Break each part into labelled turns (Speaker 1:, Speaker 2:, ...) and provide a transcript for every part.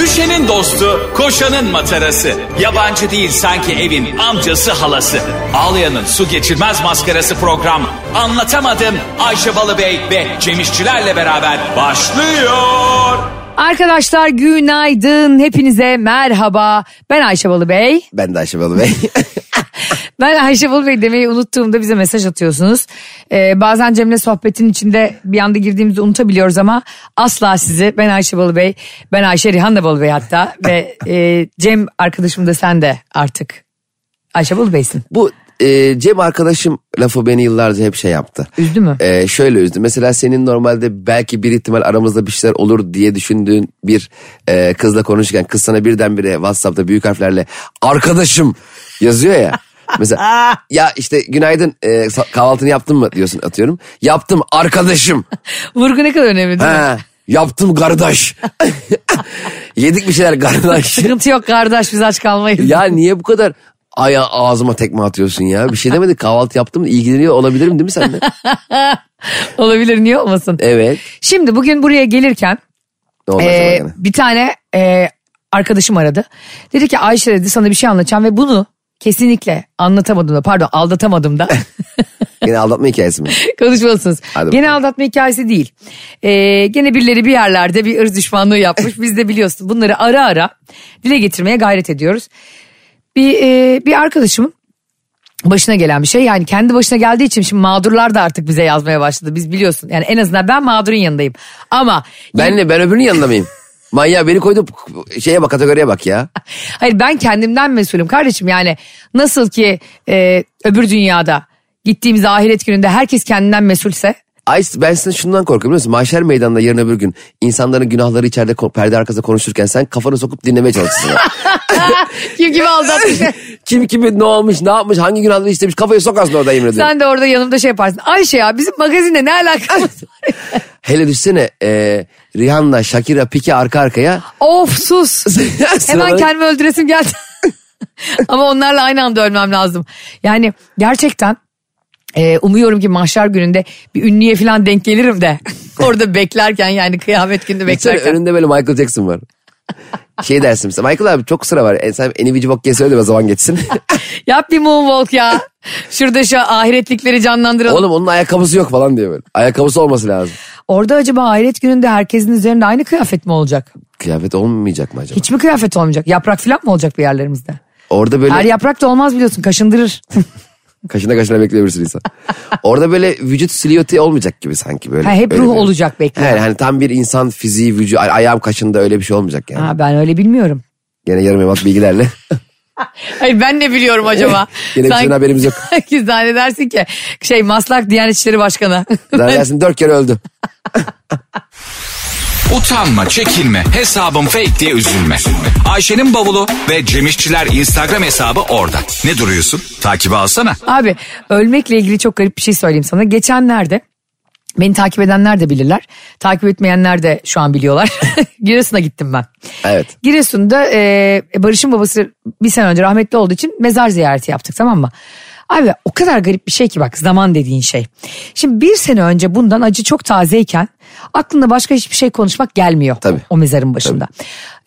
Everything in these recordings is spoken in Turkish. Speaker 1: Ayşe'nin dostu, koşanın matarası. Yabancı değil sanki evin amcası halası. Ağlayan'ın su geçirmez maskarası program. Anlatamadım Ayşe Balıbey ve Cemişçilerle beraber başlıyor.
Speaker 2: Arkadaşlar günaydın. Hepinize merhaba. Ben Ayşe Balıbey.
Speaker 3: Ben de Ayşe Balı Bey.
Speaker 2: Ben Ayşe Balıbey demeyi unuttuğumda bize mesaj atıyorsunuz. Ee, bazen Cem'le sohbetin içinde bir anda girdiğimizi unutabiliyoruz ama asla sizi ben Ayşe Balıbey, ben Ayşe Rihanna Balıbey hatta ve e, Cem arkadaşım da sen de artık Ayşe Balıbey'sin.
Speaker 3: Bu e, Cem arkadaşım lafı beni yıllarca hep şey yaptı.
Speaker 2: Üzdü mü?
Speaker 3: E, şöyle üzdü. Mesela senin normalde belki bir ihtimal aramızda bir şeyler olur diye düşündüğün bir e, kızla konuşurken kız sana birdenbire WhatsApp'ta büyük harflerle arkadaşım yazıyor ya. Mesela ya işte günaydın e, sa- kahvaltını yaptın mı diyorsun atıyorum. Yaptım arkadaşım.
Speaker 2: Vurgu ne kadar önemli değil mi?
Speaker 3: He, yaptım kardeş. Yedik bir şeyler kardeş.
Speaker 2: Sıkıntı yok kardeş biz aç kalmayız.
Speaker 3: Ya niye bu kadar aya ağzıma tekme atıyorsun ya? Bir şey demedik kahvaltı yaptım da ilgileniyor olabilirim değil mi sen de?
Speaker 2: Olabilir niye olmasın?
Speaker 3: Evet.
Speaker 2: Şimdi bugün buraya gelirken
Speaker 3: Ne oldu
Speaker 2: Ee,
Speaker 3: acaba gene?
Speaker 2: bir tane e, arkadaşım aradı. Dedi ki Ayşe dedi sana bir şey anlatacağım ve bunu kesinlikle anlatamadım da pardon aldatamadım da
Speaker 3: Gene aldatma hikayesi mi?
Speaker 2: konuşmalısınız.
Speaker 3: Hadi
Speaker 2: Gene
Speaker 3: bakalım.
Speaker 2: aldatma hikayesi değil. Ee, gene birileri bir yerlerde bir ırz düşmanlığı yapmış. Biz de biliyorsun bunları ara ara dile getirmeye gayret ediyoruz. Bir, e, bir arkadaşımın başına gelen bir şey yani kendi başına geldiği için şimdi mağdurlar da artık bize yazmaya başladı. Biz biliyorsun yani en azından ben mağdurun yanındayım ama
Speaker 3: Ben ne ben öbürünün yanında mıyım? Manyağı beni koydu şeye bak kategoriye bak ya.
Speaker 2: Hayır ben kendimden mesulüm kardeşim yani nasıl ki e, öbür dünyada gittiğimiz ahiret gününde herkes kendinden mesulse
Speaker 3: Ay ben sizin şundan korkuyorum biliyor musun? Mahşer meydanında yarın öbür gün insanların günahları içeride ko- perde arkasında konuşurken sen kafanı sokup dinlemeye çalışırsın.
Speaker 2: kim kimi aldatmış
Speaker 3: Kim kimi ne olmuş ne yapmış hangi günahları işlemiş kafayı sokarsın orada yemin ediyorum.
Speaker 2: sen de orada yanımda şey yaparsın Ayşe ya bizim magazinle ne alakamız var?
Speaker 3: Hele düşsene e, Rihanna, Shakira, Pike arka arkaya.
Speaker 2: of sus hemen
Speaker 3: Sıraları-
Speaker 2: kendimi öldüresim geldi ama onlarla aynı anda ölmem lazım yani gerçekten e, umuyorum ki mahşer gününde bir ünlüye falan denk gelirim de orada beklerken yani kıyamet gününde
Speaker 3: Baksana
Speaker 2: beklerken
Speaker 3: önünde böyle Michael Jackson var. Şey dersin mesela Michael abi çok sıra var. E, sen Eni Vici Bokke'ye söyle de biraz zaman geçsin.
Speaker 2: Yap bir moonwalk ya. Şurada şu ahiretlikleri canlandıralım.
Speaker 3: Oğlum onun ayakkabısı yok falan diye böyle. Ayakkabısı olması lazım.
Speaker 2: Orada acaba ahiret gününde herkesin üzerinde aynı kıyafet mi olacak?
Speaker 3: Kıyafet olmayacak mı acaba?
Speaker 2: Hiçbir kıyafet olmayacak. Yaprak falan mı olacak bir yerlerimizde?
Speaker 3: Orada böyle
Speaker 2: Her yaprak da olmaz biliyorsun kaşındırır.
Speaker 3: kaşına kaşına bekliyor bir sürü insan. Orada böyle vücut silüeti olmayacak gibi sanki böyle.
Speaker 2: Ha, hep
Speaker 3: Öyle
Speaker 2: ruh
Speaker 3: bir-
Speaker 2: olacak bekliyor.
Speaker 3: He, hani tam bir insan fiziği vücut ay- ayağım kaşında öyle bir şey olmayacak yani.
Speaker 2: ha, ben öyle bilmiyorum.
Speaker 3: Gene yarım yamalak bilgilerle.
Speaker 2: Hayır ben ne biliyorum acaba?
Speaker 3: Gene bizim
Speaker 2: Sanki,
Speaker 3: haberimiz yok.
Speaker 2: sanki zannedersin ki şey Maslak Diyanet İşleri Başkanı.
Speaker 3: Zannedersin dört kere öldü.
Speaker 1: Utanma, çekinme, hesabım fake diye üzülme. Ayşe'nin bavulu ve Cemişçiler Instagram hesabı orada. Ne duruyorsun? Takibi alsana.
Speaker 2: Abi ölmekle ilgili çok garip bir şey söyleyeyim sana. Geçenlerde beni takip edenler de bilirler. Takip etmeyenler de şu an biliyorlar. Giresun'a gittim ben.
Speaker 3: Evet.
Speaker 2: Giresun'da e, Barış'ın babası bir sene önce rahmetli olduğu için mezar ziyareti yaptık tamam mı? Abi o kadar garip bir şey ki bak zaman dediğin şey. Şimdi bir sene önce bundan acı çok tazeyken aklında başka hiçbir şey konuşmak gelmiyor
Speaker 3: Tabii.
Speaker 2: o mezarın başında.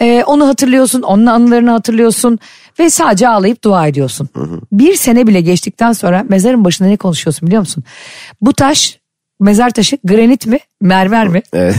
Speaker 2: E, onu hatırlıyorsun, onun anılarını hatırlıyorsun ve sadece ağlayıp dua ediyorsun. Bir sene bile geçtikten sonra mezarın başında ne konuşuyorsun biliyor musun? Bu taş mezar taşı granit mi mermer mi?
Speaker 3: Evet.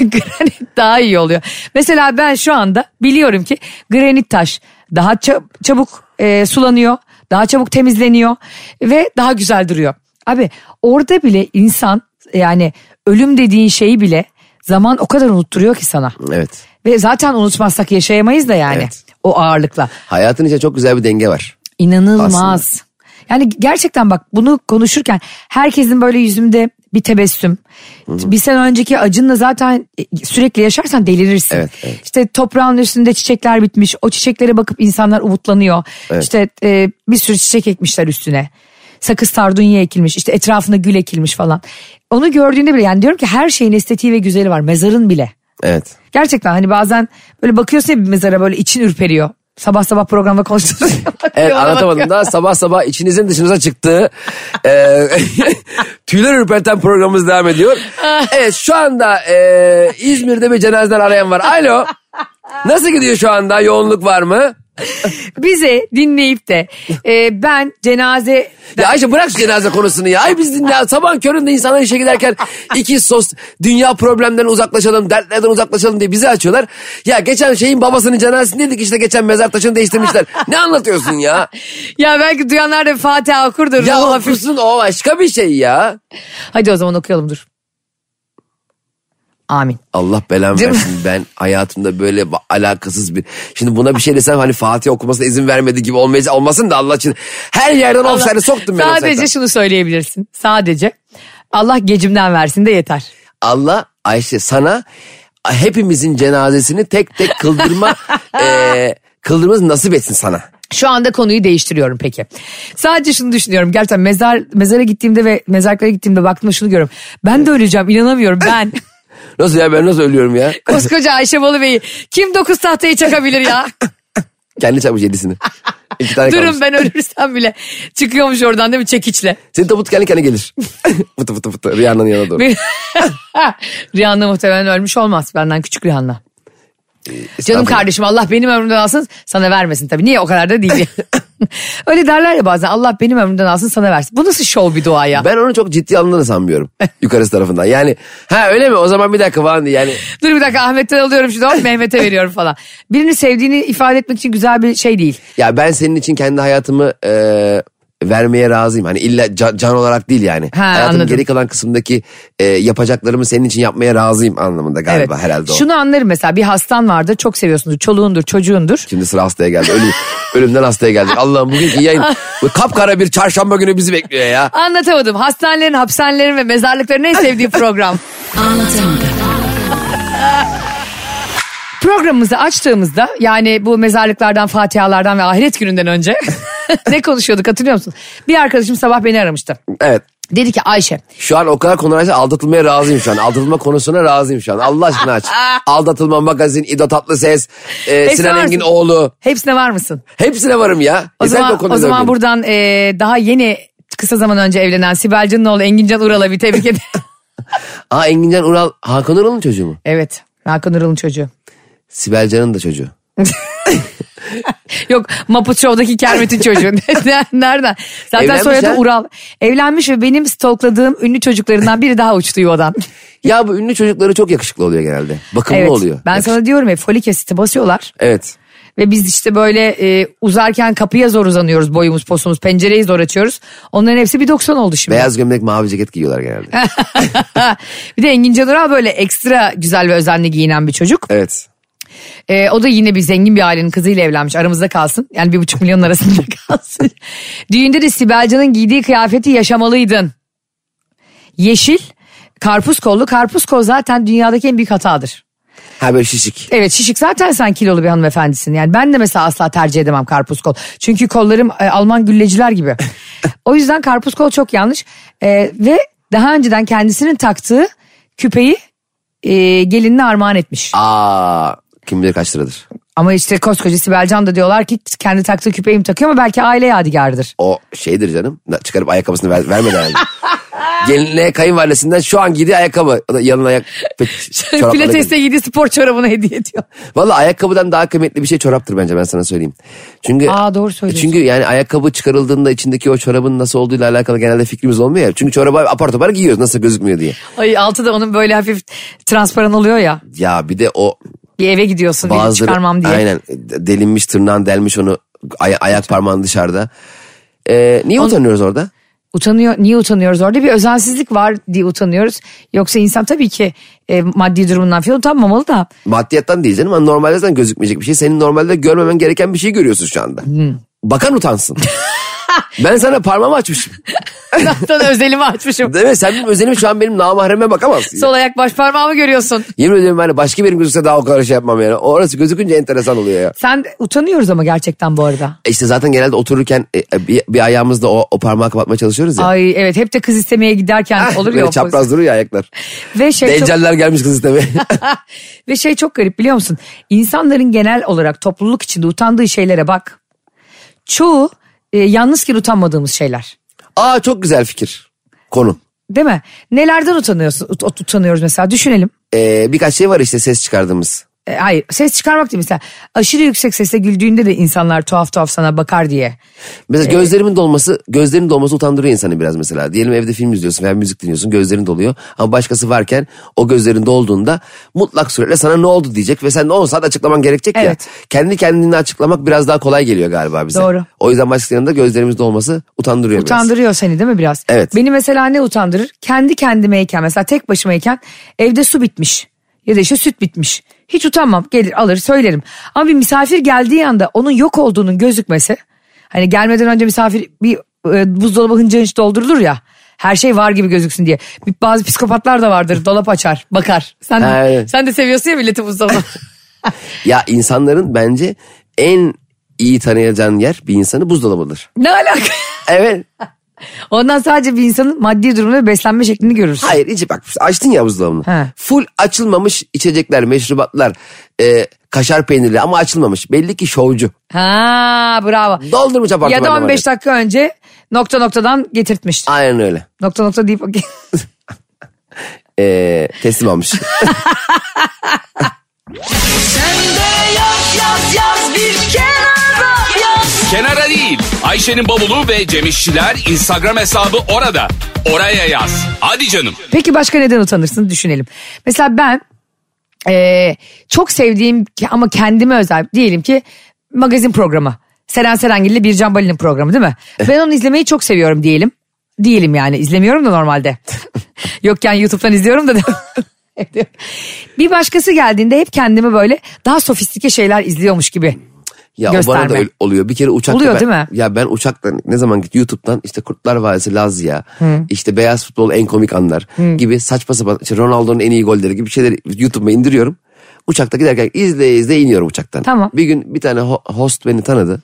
Speaker 2: granit daha iyi oluyor. Mesela ben şu anda biliyorum ki granit taş daha ça- çabuk e, sulanıyor, daha çabuk temizleniyor ve daha güzel duruyor. Abi orada bile insan yani ölüm dediğin şeyi bile zaman o kadar unutturuyor ki sana.
Speaker 3: Evet.
Speaker 2: Ve zaten unutmazsak yaşayamayız da yani
Speaker 3: Evet.
Speaker 2: o ağırlıkla.
Speaker 3: Hayatın içinde çok güzel bir denge var.
Speaker 2: İnanılmaz.
Speaker 3: Aslında.
Speaker 2: Yani gerçekten bak bunu konuşurken herkesin böyle yüzümde bir tebessüm. Bir sene önceki acınla zaten e, sürekli yaşarsan delirirsin.
Speaker 3: Evet, evet.
Speaker 2: İşte toprağın üstünde çiçekler bitmiş. O çiçeklere bakıp insanlar umutlanıyor. İşte e, bir sürü çiçek ekmişler üstüne. Sakız tardunya ekilmiş. işte etrafına gül ekilmiş falan. Onu gördüğünde bile yani diyorum ki her şeyin estetiği ve güzeli var. Mezarın bile.
Speaker 3: Evet.
Speaker 2: Gerçekten hani bazen böyle bakıyorsun ya bir mezara böyle için ürperiyor. Sabah sabah programda konuştuğumuz
Speaker 3: Evet anlatamadım da sabah sabah içinizin dışınıza çıktığı e, tüyler ürperten programımız devam ediyor. Evet şu anda e, İzmir'de bir cenazeler arayan var. Alo. Nasıl gidiyor şu anda? Yoğunluk var mı?
Speaker 2: Bize dinleyip de e, ben cenaze
Speaker 3: Ya Ayşe bırak şu cenaze konusunu ya. Ay biz dinle. Sabah köründe insanlar işe giderken iki sos dünya problemlerinden uzaklaşalım, dertlerden uzaklaşalım diye bizi açıyorlar. Ya geçen şeyin babasının cenazesindeydik işte geçen mezar taşını değiştirmişler. Ne anlatıyorsun ya?
Speaker 2: ya belki duyanlar da Fatiha okur da
Speaker 3: Ya
Speaker 2: ruhu
Speaker 3: o
Speaker 2: hafif-
Speaker 3: füsun o başka bir şey ya.
Speaker 2: Hadi o zaman okuyalım dur. Amin.
Speaker 3: Allah belamı
Speaker 2: Değil mi?
Speaker 3: versin ben hayatımda böyle ba- alakasız bir... Şimdi buna bir şey desem hani Fatih okumasına izin vermedi gibi olmayacak olmasın da Allah için. Her yerden offside'e soktum ben
Speaker 2: Sadece
Speaker 3: offside'den.
Speaker 2: şunu söyleyebilirsin. Sadece Allah gecimden versin de yeter.
Speaker 3: Allah Ayşe sana hepimizin cenazesini tek tek kıldırma eee kıldırmamız nasip etsin sana.
Speaker 2: Şu anda konuyu değiştiriyorum peki. Sadece şunu düşünüyorum. Gerçekten mezar mezara gittiğimde ve mezarlıklara gittiğimde baktığımda şunu görüyorum. Ben de öleceğim inanamıyorum ben.
Speaker 3: Nasıl ya ben nasıl ölüyorum ya?
Speaker 2: Koskoca Ayşe Balıbey'i kim dokuz tahtayı çakabilir ya?
Speaker 3: Kendi çakmış yedisini. İki tane kalmış.
Speaker 2: Durun ben ölürsem bile. Çıkıyormuş oradan değil mi çekiçle.
Speaker 3: Senin tabut kendi kendine gelir. fıtı fıtı fıtı Rihanna'nın yanına doğru.
Speaker 2: Bir- Rihanna muhtemelen ölmüş olmaz benden küçük Rihanna. Canım kardeşim Allah benim ömrümden alsın sana vermesin tabii. Niye o kadar da değil. Öyle derler ya bazen Allah benim ömrümden alsın sana versin. Bu nasıl şov bir dua ya?
Speaker 3: Ben onu çok ciddi alındığını sanmıyorum. Yukarısı tarafından. Yani ha öyle mi? O zaman bir dakika falan diye. Yani
Speaker 2: Dur bir dakika Ahmet'ten alıyorum şunu hop Mehmet'e veriyorum falan. Birini sevdiğini ifade etmek için güzel bir şey değil.
Speaker 3: Ya ben senin için kendi hayatımı e, vermeye razıyım. Hani illa ca- can, olarak değil yani.
Speaker 2: Ha,
Speaker 3: Hayatımın
Speaker 2: anladım.
Speaker 3: geri kalan kısımdaki e, yapacaklarımı senin için yapmaya razıyım anlamında galiba herhalde o.
Speaker 2: Şunu anlarım mesela bir hastan vardır çok seviyorsundur çoluğundur çocuğundur.
Speaker 3: Şimdi sıra hastaya geldi. Ölüm, ölümden hastaya geldi. Allah'ım bugünkü yayın bu kapkara bir çarşamba günü bizi bekliyor ya.
Speaker 2: Anlatamadım hastanelerin hapishanelerin ve mezarlıkların en sevdiği program. Programımızı açtığımızda yani bu mezarlıklardan, fatihalardan ve ahiret gününden önce ne konuşuyorduk hatırlıyor musun? Bir arkadaşım sabah beni aramıştı.
Speaker 3: Evet.
Speaker 2: Dedi ki Ayşe
Speaker 3: Şu an o kadar konularsa aldatılmaya razıyım şu an. Aldatılma konusuna razıyım şu an. Allah aşkına aç. Aldatılma magazin, İdo Tatlıses, e,
Speaker 2: Hepsi
Speaker 3: Sinan
Speaker 2: var.
Speaker 3: Engin oğlu.
Speaker 2: hepsine var mısın?
Speaker 3: Hepsine varım ya.
Speaker 2: O
Speaker 3: E sen E, de
Speaker 2: zaman,
Speaker 3: konuda
Speaker 2: o zaman
Speaker 3: zorlayın.
Speaker 2: buradan e, daha yeni kısa zaman önce evlenen Sibel Can'ın oğlu Engincan Ural'a bir tebrik ederim.
Speaker 3: Aa Engincan Ural, Hakan Ural'ın çocuğu mu?
Speaker 2: evet Hakan Ural'ın çocuğu.
Speaker 3: Sibel Can'ın da çocuğu.
Speaker 2: Yok Maput Show'daki Kermit'in çocuğu. Ne- Nereden? Zaten
Speaker 3: Evlenmiş
Speaker 2: soyadı
Speaker 3: ha.
Speaker 2: Ural. Evlenmiş ve benim stalkladığım ünlü çocuklarından biri daha uçtu yuvadan.
Speaker 3: Ya bu ünlü çocukları çok yakışıklı oluyor genelde. Bakımlı
Speaker 2: evet.
Speaker 3: oluyor.
Speaker 2: Ben
Speaker 3: Yakış-
Speaker 2: sana diyorum ya folik asiti basıyorlar.
Speaker 3: Evet.
Speaker 2: Ve biz işte böyle e, uzarken kapıya zor uzanıyoruz boyumuz posumuz pencereyi zor açıyoruz. Onların hepsi bir 90 oldu şimdi.
Speaker 3: Beyaz gömlek mavi ceket giyiyorlar genelde.
Speaker 2: bir de Engin Canural böyle ekstra güzel ve özenli giyinen bir çocuk.
Speaker 3: evet.
Speaker 2: E, o da yine bir zengin bir ailenin kızıyla evlenmiş aramızda kalsın. Yani bir buçuk milyon arasında kalsın. Düğünde de Sibel Can'ın giydiği kıyafeti yaşamalıydın. Yeşil, karpuz kollu. Karpuz kol zaten dünyadaki en büyük hatadır.
Speaker 3: Ha böyle şişik.
Speaker 2: Evet şişik zaten sen kilolu bir hanımefendisin. Yani ben de mesela asla tercih edemem karpuz kol. Çünkü kollarım e, Alman gülleciler gibi. o yüzden karpuz kol çok yanlış. E, ve daha önceden kendisinin taktığı küpeyi e, gelinine armağan etmiş.
Speaker 3: Aa kim bilir kaç liradır.
Speaker 2: Ama işte koskoca Sibel Can da diyorlar ki kendi taktığı küpeyi mi takıyor ama belki aile yadigarıdır.
Speaker 3: O şeydir canım. Na- Çıkarıp ayakkabısını ver, vermedi herhalde. Gelinliğe kayınvalidesinden şu an giydiği ayakkabı. O da Yanına ayak pe- çoraplarla
Speaker 2: Pilates'te
Speaker 3: geldi.
Speaker 2: giydiği spor çorabını hediye ediyor.
Speaker 3: Vallahi ayakkabıdan daha kıymetli bir şey çoraptır bence ben sana söyleyeyim. Çünkü
Speaker 2: Aa, doğru söylüyorsun.
Speaker 3: Çünkü yani ayakkabı çıkarıldığında içindeki o çorabın nasıl olduğuyla alakalı genelde fikrimiz olmuyor ya. Çünkü çorabı apar topar giyiyoruz nasıl gözükmüyor diye.
Speaker 2: Ay altı da onun böyle hafif transparan oluyor ya.
Speaker 3: Ya bir de o
Speaker 2: Bir eve gidiyorsun bir
Speaker 3: bazıları
Speaker 2: çıkarmam diye.
Speaker 3: aynen delinmiş tırnağın delmiş onu ay- ayak parmağın dışarıda. Ee, niye utanıyoruz orada?
Speaker 2: utanıyor niye utanıyoruz orada bir özensizlik var diye utanıyoruz yoksa insan tabii ki e, maddi durumundan falan utanmamalı da
Speaker 3: Maddiyattan değil canım ama normalde zaten gözükmeyecek bir şey. Senin normalde görmemen gereken bir şey görüyorsun şu anda.
Speaker 2: Hmm.
Speaker 3: Bakan utansın. ben sana parmağımı açmışım.
Speaker 2: zaten özelimi açmışım
Speaker 3: Değil mi? Sen benim özelim şu an benim namahreme bakamazsın.
Speaker 2: sol ayak baş parmağımı görüyorsun
Speaker 3: Yemin ediyorum hani başka birim gözükse daha o kadar şey yapmam yani. Orası gözükünce enteresan oluyor ya.
Speaker 2: sen utanıyoruz ama gerçekten bu arada
Speaker 3: E İşte zaten genelde otururken e, e, bir, bir ayağımızla o, o parmağı kapatmaya çalışıyoruz ya. Ah,
Speaker 2: ay evet hep de kız istemeye giderken olur ya
Speaker 3: Böyle
Speaker 2: o pozisyon.
Speaker 3: çapraz duruyor ya ayaklar.
Speaker 2: ve şey çok,
Speaker 3: Deccaller gelmiş kız istemeye.
Speaker 2: ve şey çok garip biliyor musun insanların genel olarak topluluk içinde utandığı şeylere bak çoğu e, yalnızken utanmadığımız şeyler
Speaker 3: Aa çok güzel fikir. Konu.
Speaker 2: değil mi nelerden utanıyorsun ut- utanıyoruz mesela düşünelim
Speaker 3: Ee, birkaç şey var işte ses çıkardığımız.
Speaker 2: E, hayır ses çıkarmak değil mesela. Aşırı yüksek sesle güldüğünde de insanlar tuhaf tuhaf sana bakar diye. Ee?
Speaker 3: Mesela gözlerimin dolması, gözlerin dolması utandırıyor insanı biraz mesela. Diyelim evde film izliyorsun veya müzik dinliyorsun, gözlerin doluyor. Ama başkası varken o gözlerin dolduğunda mutlak suretle sana ne oldu diyecek ve sen ne olsa da açıklaman gerekecek ya.
Speaker 2: Evet.
Speaker 3: Kendi kendini açıklamak biraz daha kolay geliyor galiba bize.
Speaker 2: Doğru.
Speaker 3: O yüzden başkasının yanında gözlerimiz dolması utandırıyor biraz.
Speaker 2: Utandırıyor seni değil mi biraz?
Speaker 3: Evet.
Speaker 2: Beni mesela ne utandırır? Kendi kendimeyken mesela tek başımayken evde su bitmiş ya da işte süt bitmiş. Hiç utanmam gelir alır söylerim. Ama bir misafir geldiği anda onun yok olduğunun gözükmesi. Hani gelmeden önce misafir bir e, buzdolabı hınca hınç doldurulur ya. Her şey var gibi gözüksün diye. Bir- Bazı psikopatlar da vardır dolap açar bakar. Sen,
Speaker 3: Ha, evet.
Speaker 2: sen de seviyorsun ya milleti buzdolabı.
Speaker 3: Ya insanların bence en iyi tanıyacağın yer bir insanı buzdolabıdır.
Speaker 2: ne alaka?
Speaker 3: Evet.
Speaker 2: Ondan sadece bir insanın maddi durumu ve beslenme şeklini görürsün.
Speaker 3: Hayır içi bak açtın ya buzdolabını.
Speaker 2: He.
Speaker 3: Full açılmamış içecekler, meşrubatlar, e, kaşar peynirli ama açılmamış. Belli ki şovcu.
Speaker 2: Ha bravo.
Speaker 3: Doldurmuş apartmanda.
Speaker 2: Ya da 15
Speaker 3: var
Speaker 2: dakika önce nokta noktadan getirtmiş.
Speaker 3: ya. Aynen öyle.
Speaker 2: Nokta nokta deyip
Speaker 3: Ee, teslim almış.
Speaker 1: Kenara değil. Ayşe'nin bavulu ve Cemişçiler Instagram hesabı orada. Oraya yaz. Hadi canım.
Speaker 2: Peki başka neden utanırsınız düşünelim. Mesela ben eee, çok sevdiğim ki- ama kendime özel diyelim ki magazin programı. Seren Serengil ile Bircan Balin'in programı değil mi? Ben onu izlemeyi çok seviyorum diyelim. Diyelim yani izlemiyorum da normalde. Yokken YouTube'dan izliyorum da. bir başkası geldiğinde hep kendimi böyle daha sofistike şeyler izliyormuş gibi.
Speaker 3: ya o bana da
Speaker 2: Gösterme.
Speaker 3: öyle oluyor. Bir kere uçakta
Speaker 2: Oluyor
Speaker 3: ben,
Speaker 2: değil mi?
Speaker 3: Ya ben uçaktan ne zaman git YouTube'dan işte Kurtlar Vadisi Lazya, işte Beyaz Futbol en komik anlar gibi saçma sapan işte Ronaldo'nun en iyi golleri gibi şeyleri YouTube'a indiriyorum. Uçakta giderken izle izle iniyorum uçaktan.
Speaker 2: Tamam.
Speaker 3: Bir gün bir tane ho- host beni tanıdı.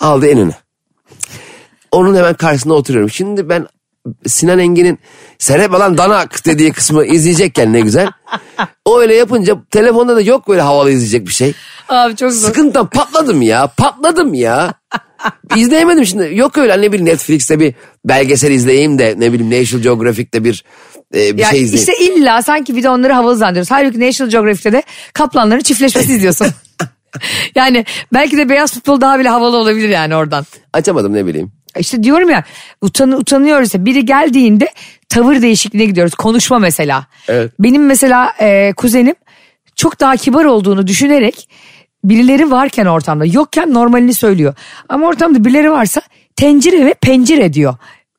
Speaker 3: Aldı en öne. Onun hemen karşısında oturuyorum. Şimdi ben Sinan Engin'in Serep Alan Danak dediği kısmı izleyecekken ne güzel. O öyle yapınca telefonda da yok böyle havalı izleyecek bir şey.
Speaker 2: Abi çok zor.
Speaker 3: Sıkıntıdan patladım ya. Patladım ya. İzleyemedim şimdi. Yok öyle ne bileyim Netflix'te bir belgesel izleyeyim de ne bileyim National Geographic'te bir e, bir
Speaker 2: Ya
Speaker 3: şey izleyeyim.
Speaker 2: işte illa sanki bir de onları havalı zannediyoruz. Halbuki National Geographic'te de kaplanların çiftleşmesi izliyorsun. yani belki de beyaz futbol daha bile havalı olabilir yani oradan.
Speaker 3: Açamadım ne bileyim.
Speaker 2: İşte diyorum ya utan, utanıyoruz. ya. Biri geldiğinde tavır değişikliğine gidiyoruz. Konuşma mesela.
Speaker 3: Evet.
Speaker 2: Benim mesela e, kuzenim çok daha kibar olduğunu düşünerek birileri varken ortamda yokken normalini söylüyor. Ama ortamda birileri varsa tencere ve pencere diyor.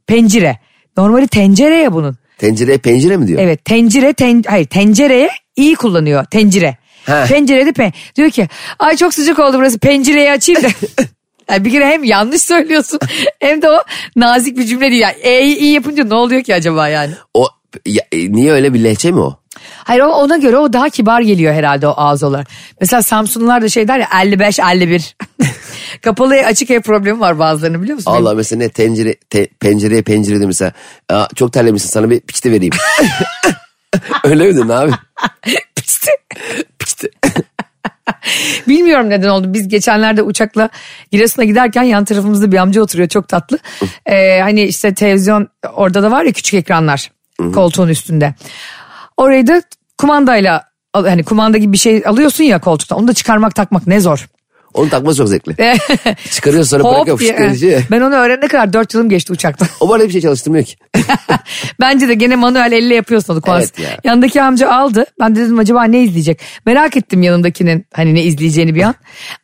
Speaker 2: Pencere. Normali tencere ya bunun.
Speaker 3: Tencereye pencere mi diyor?
Speaker 2: Evet tencere ten, hayır tencereye iyi kullanıyor tencere.
Speaker 3: He.
Speaker 2: Pencerede pen, diyor ki ay çok sıcak oldu burası pencereyi açayım da. Yani bir kere hem yanlış söylüyorsun hem de o nazik bir cümle değil. Yani E'yi iyi yapınca ne oluyor ki acaba yani?
Speaker 3: O ya, e, niye öyle bir lehçe mi o?
Speaker 2: Hayır o- ona göre o daha kibar geliyor herhalde o ağız olarak. Mesela Samsunlular da şey der ya 55 51. Kapalı ev, açık ev problemi var bazılarının biliyor musun?
Speaker 3: Allah mesela ne tencere te- pencereye pencere de mesela. Aa, çok terlemişsin sana bir piçte vereyim. öyle mi dedin abi?
Speaker 2: Piçti. Bilmiyorum neden oldu. Biz geçenlerde uçakla Giresun'a giderken yan tarafımızda bir amca oturuyor çok tatlı. Ee, hani işte televizyon orada da var ya küçük ekranlar koltuğun üstünde. Orayı da kumandayla al- hani kumanda gibi bir şey alıyorsun ya koltuktan onu da çıkarmak takmak ne zor.
Speaker 3: Onu takması çok zevkli. Çıkarıyorsun sonra
Speaker 2: Hop
Speaker 3: bırakıyor.
Speaker 2: diye.
Speaker 3: fışt edici.
Speaker 2: Ben onu öğrenene kadar 4 yılım geçti uçakta.
Speaker 3: O böyle bir şey çalıştırmıyor ki.
Speaker 2: Bence de gene manuel elle yapıyorsun onu kumanda.
Speaker 3: Evet ya.
Speaker 2: Yanındaki amca aldı. Ben de dedim acaba ne izleyecek? Merak ettim yanımdakinin hani ne izleyeceğini bir an.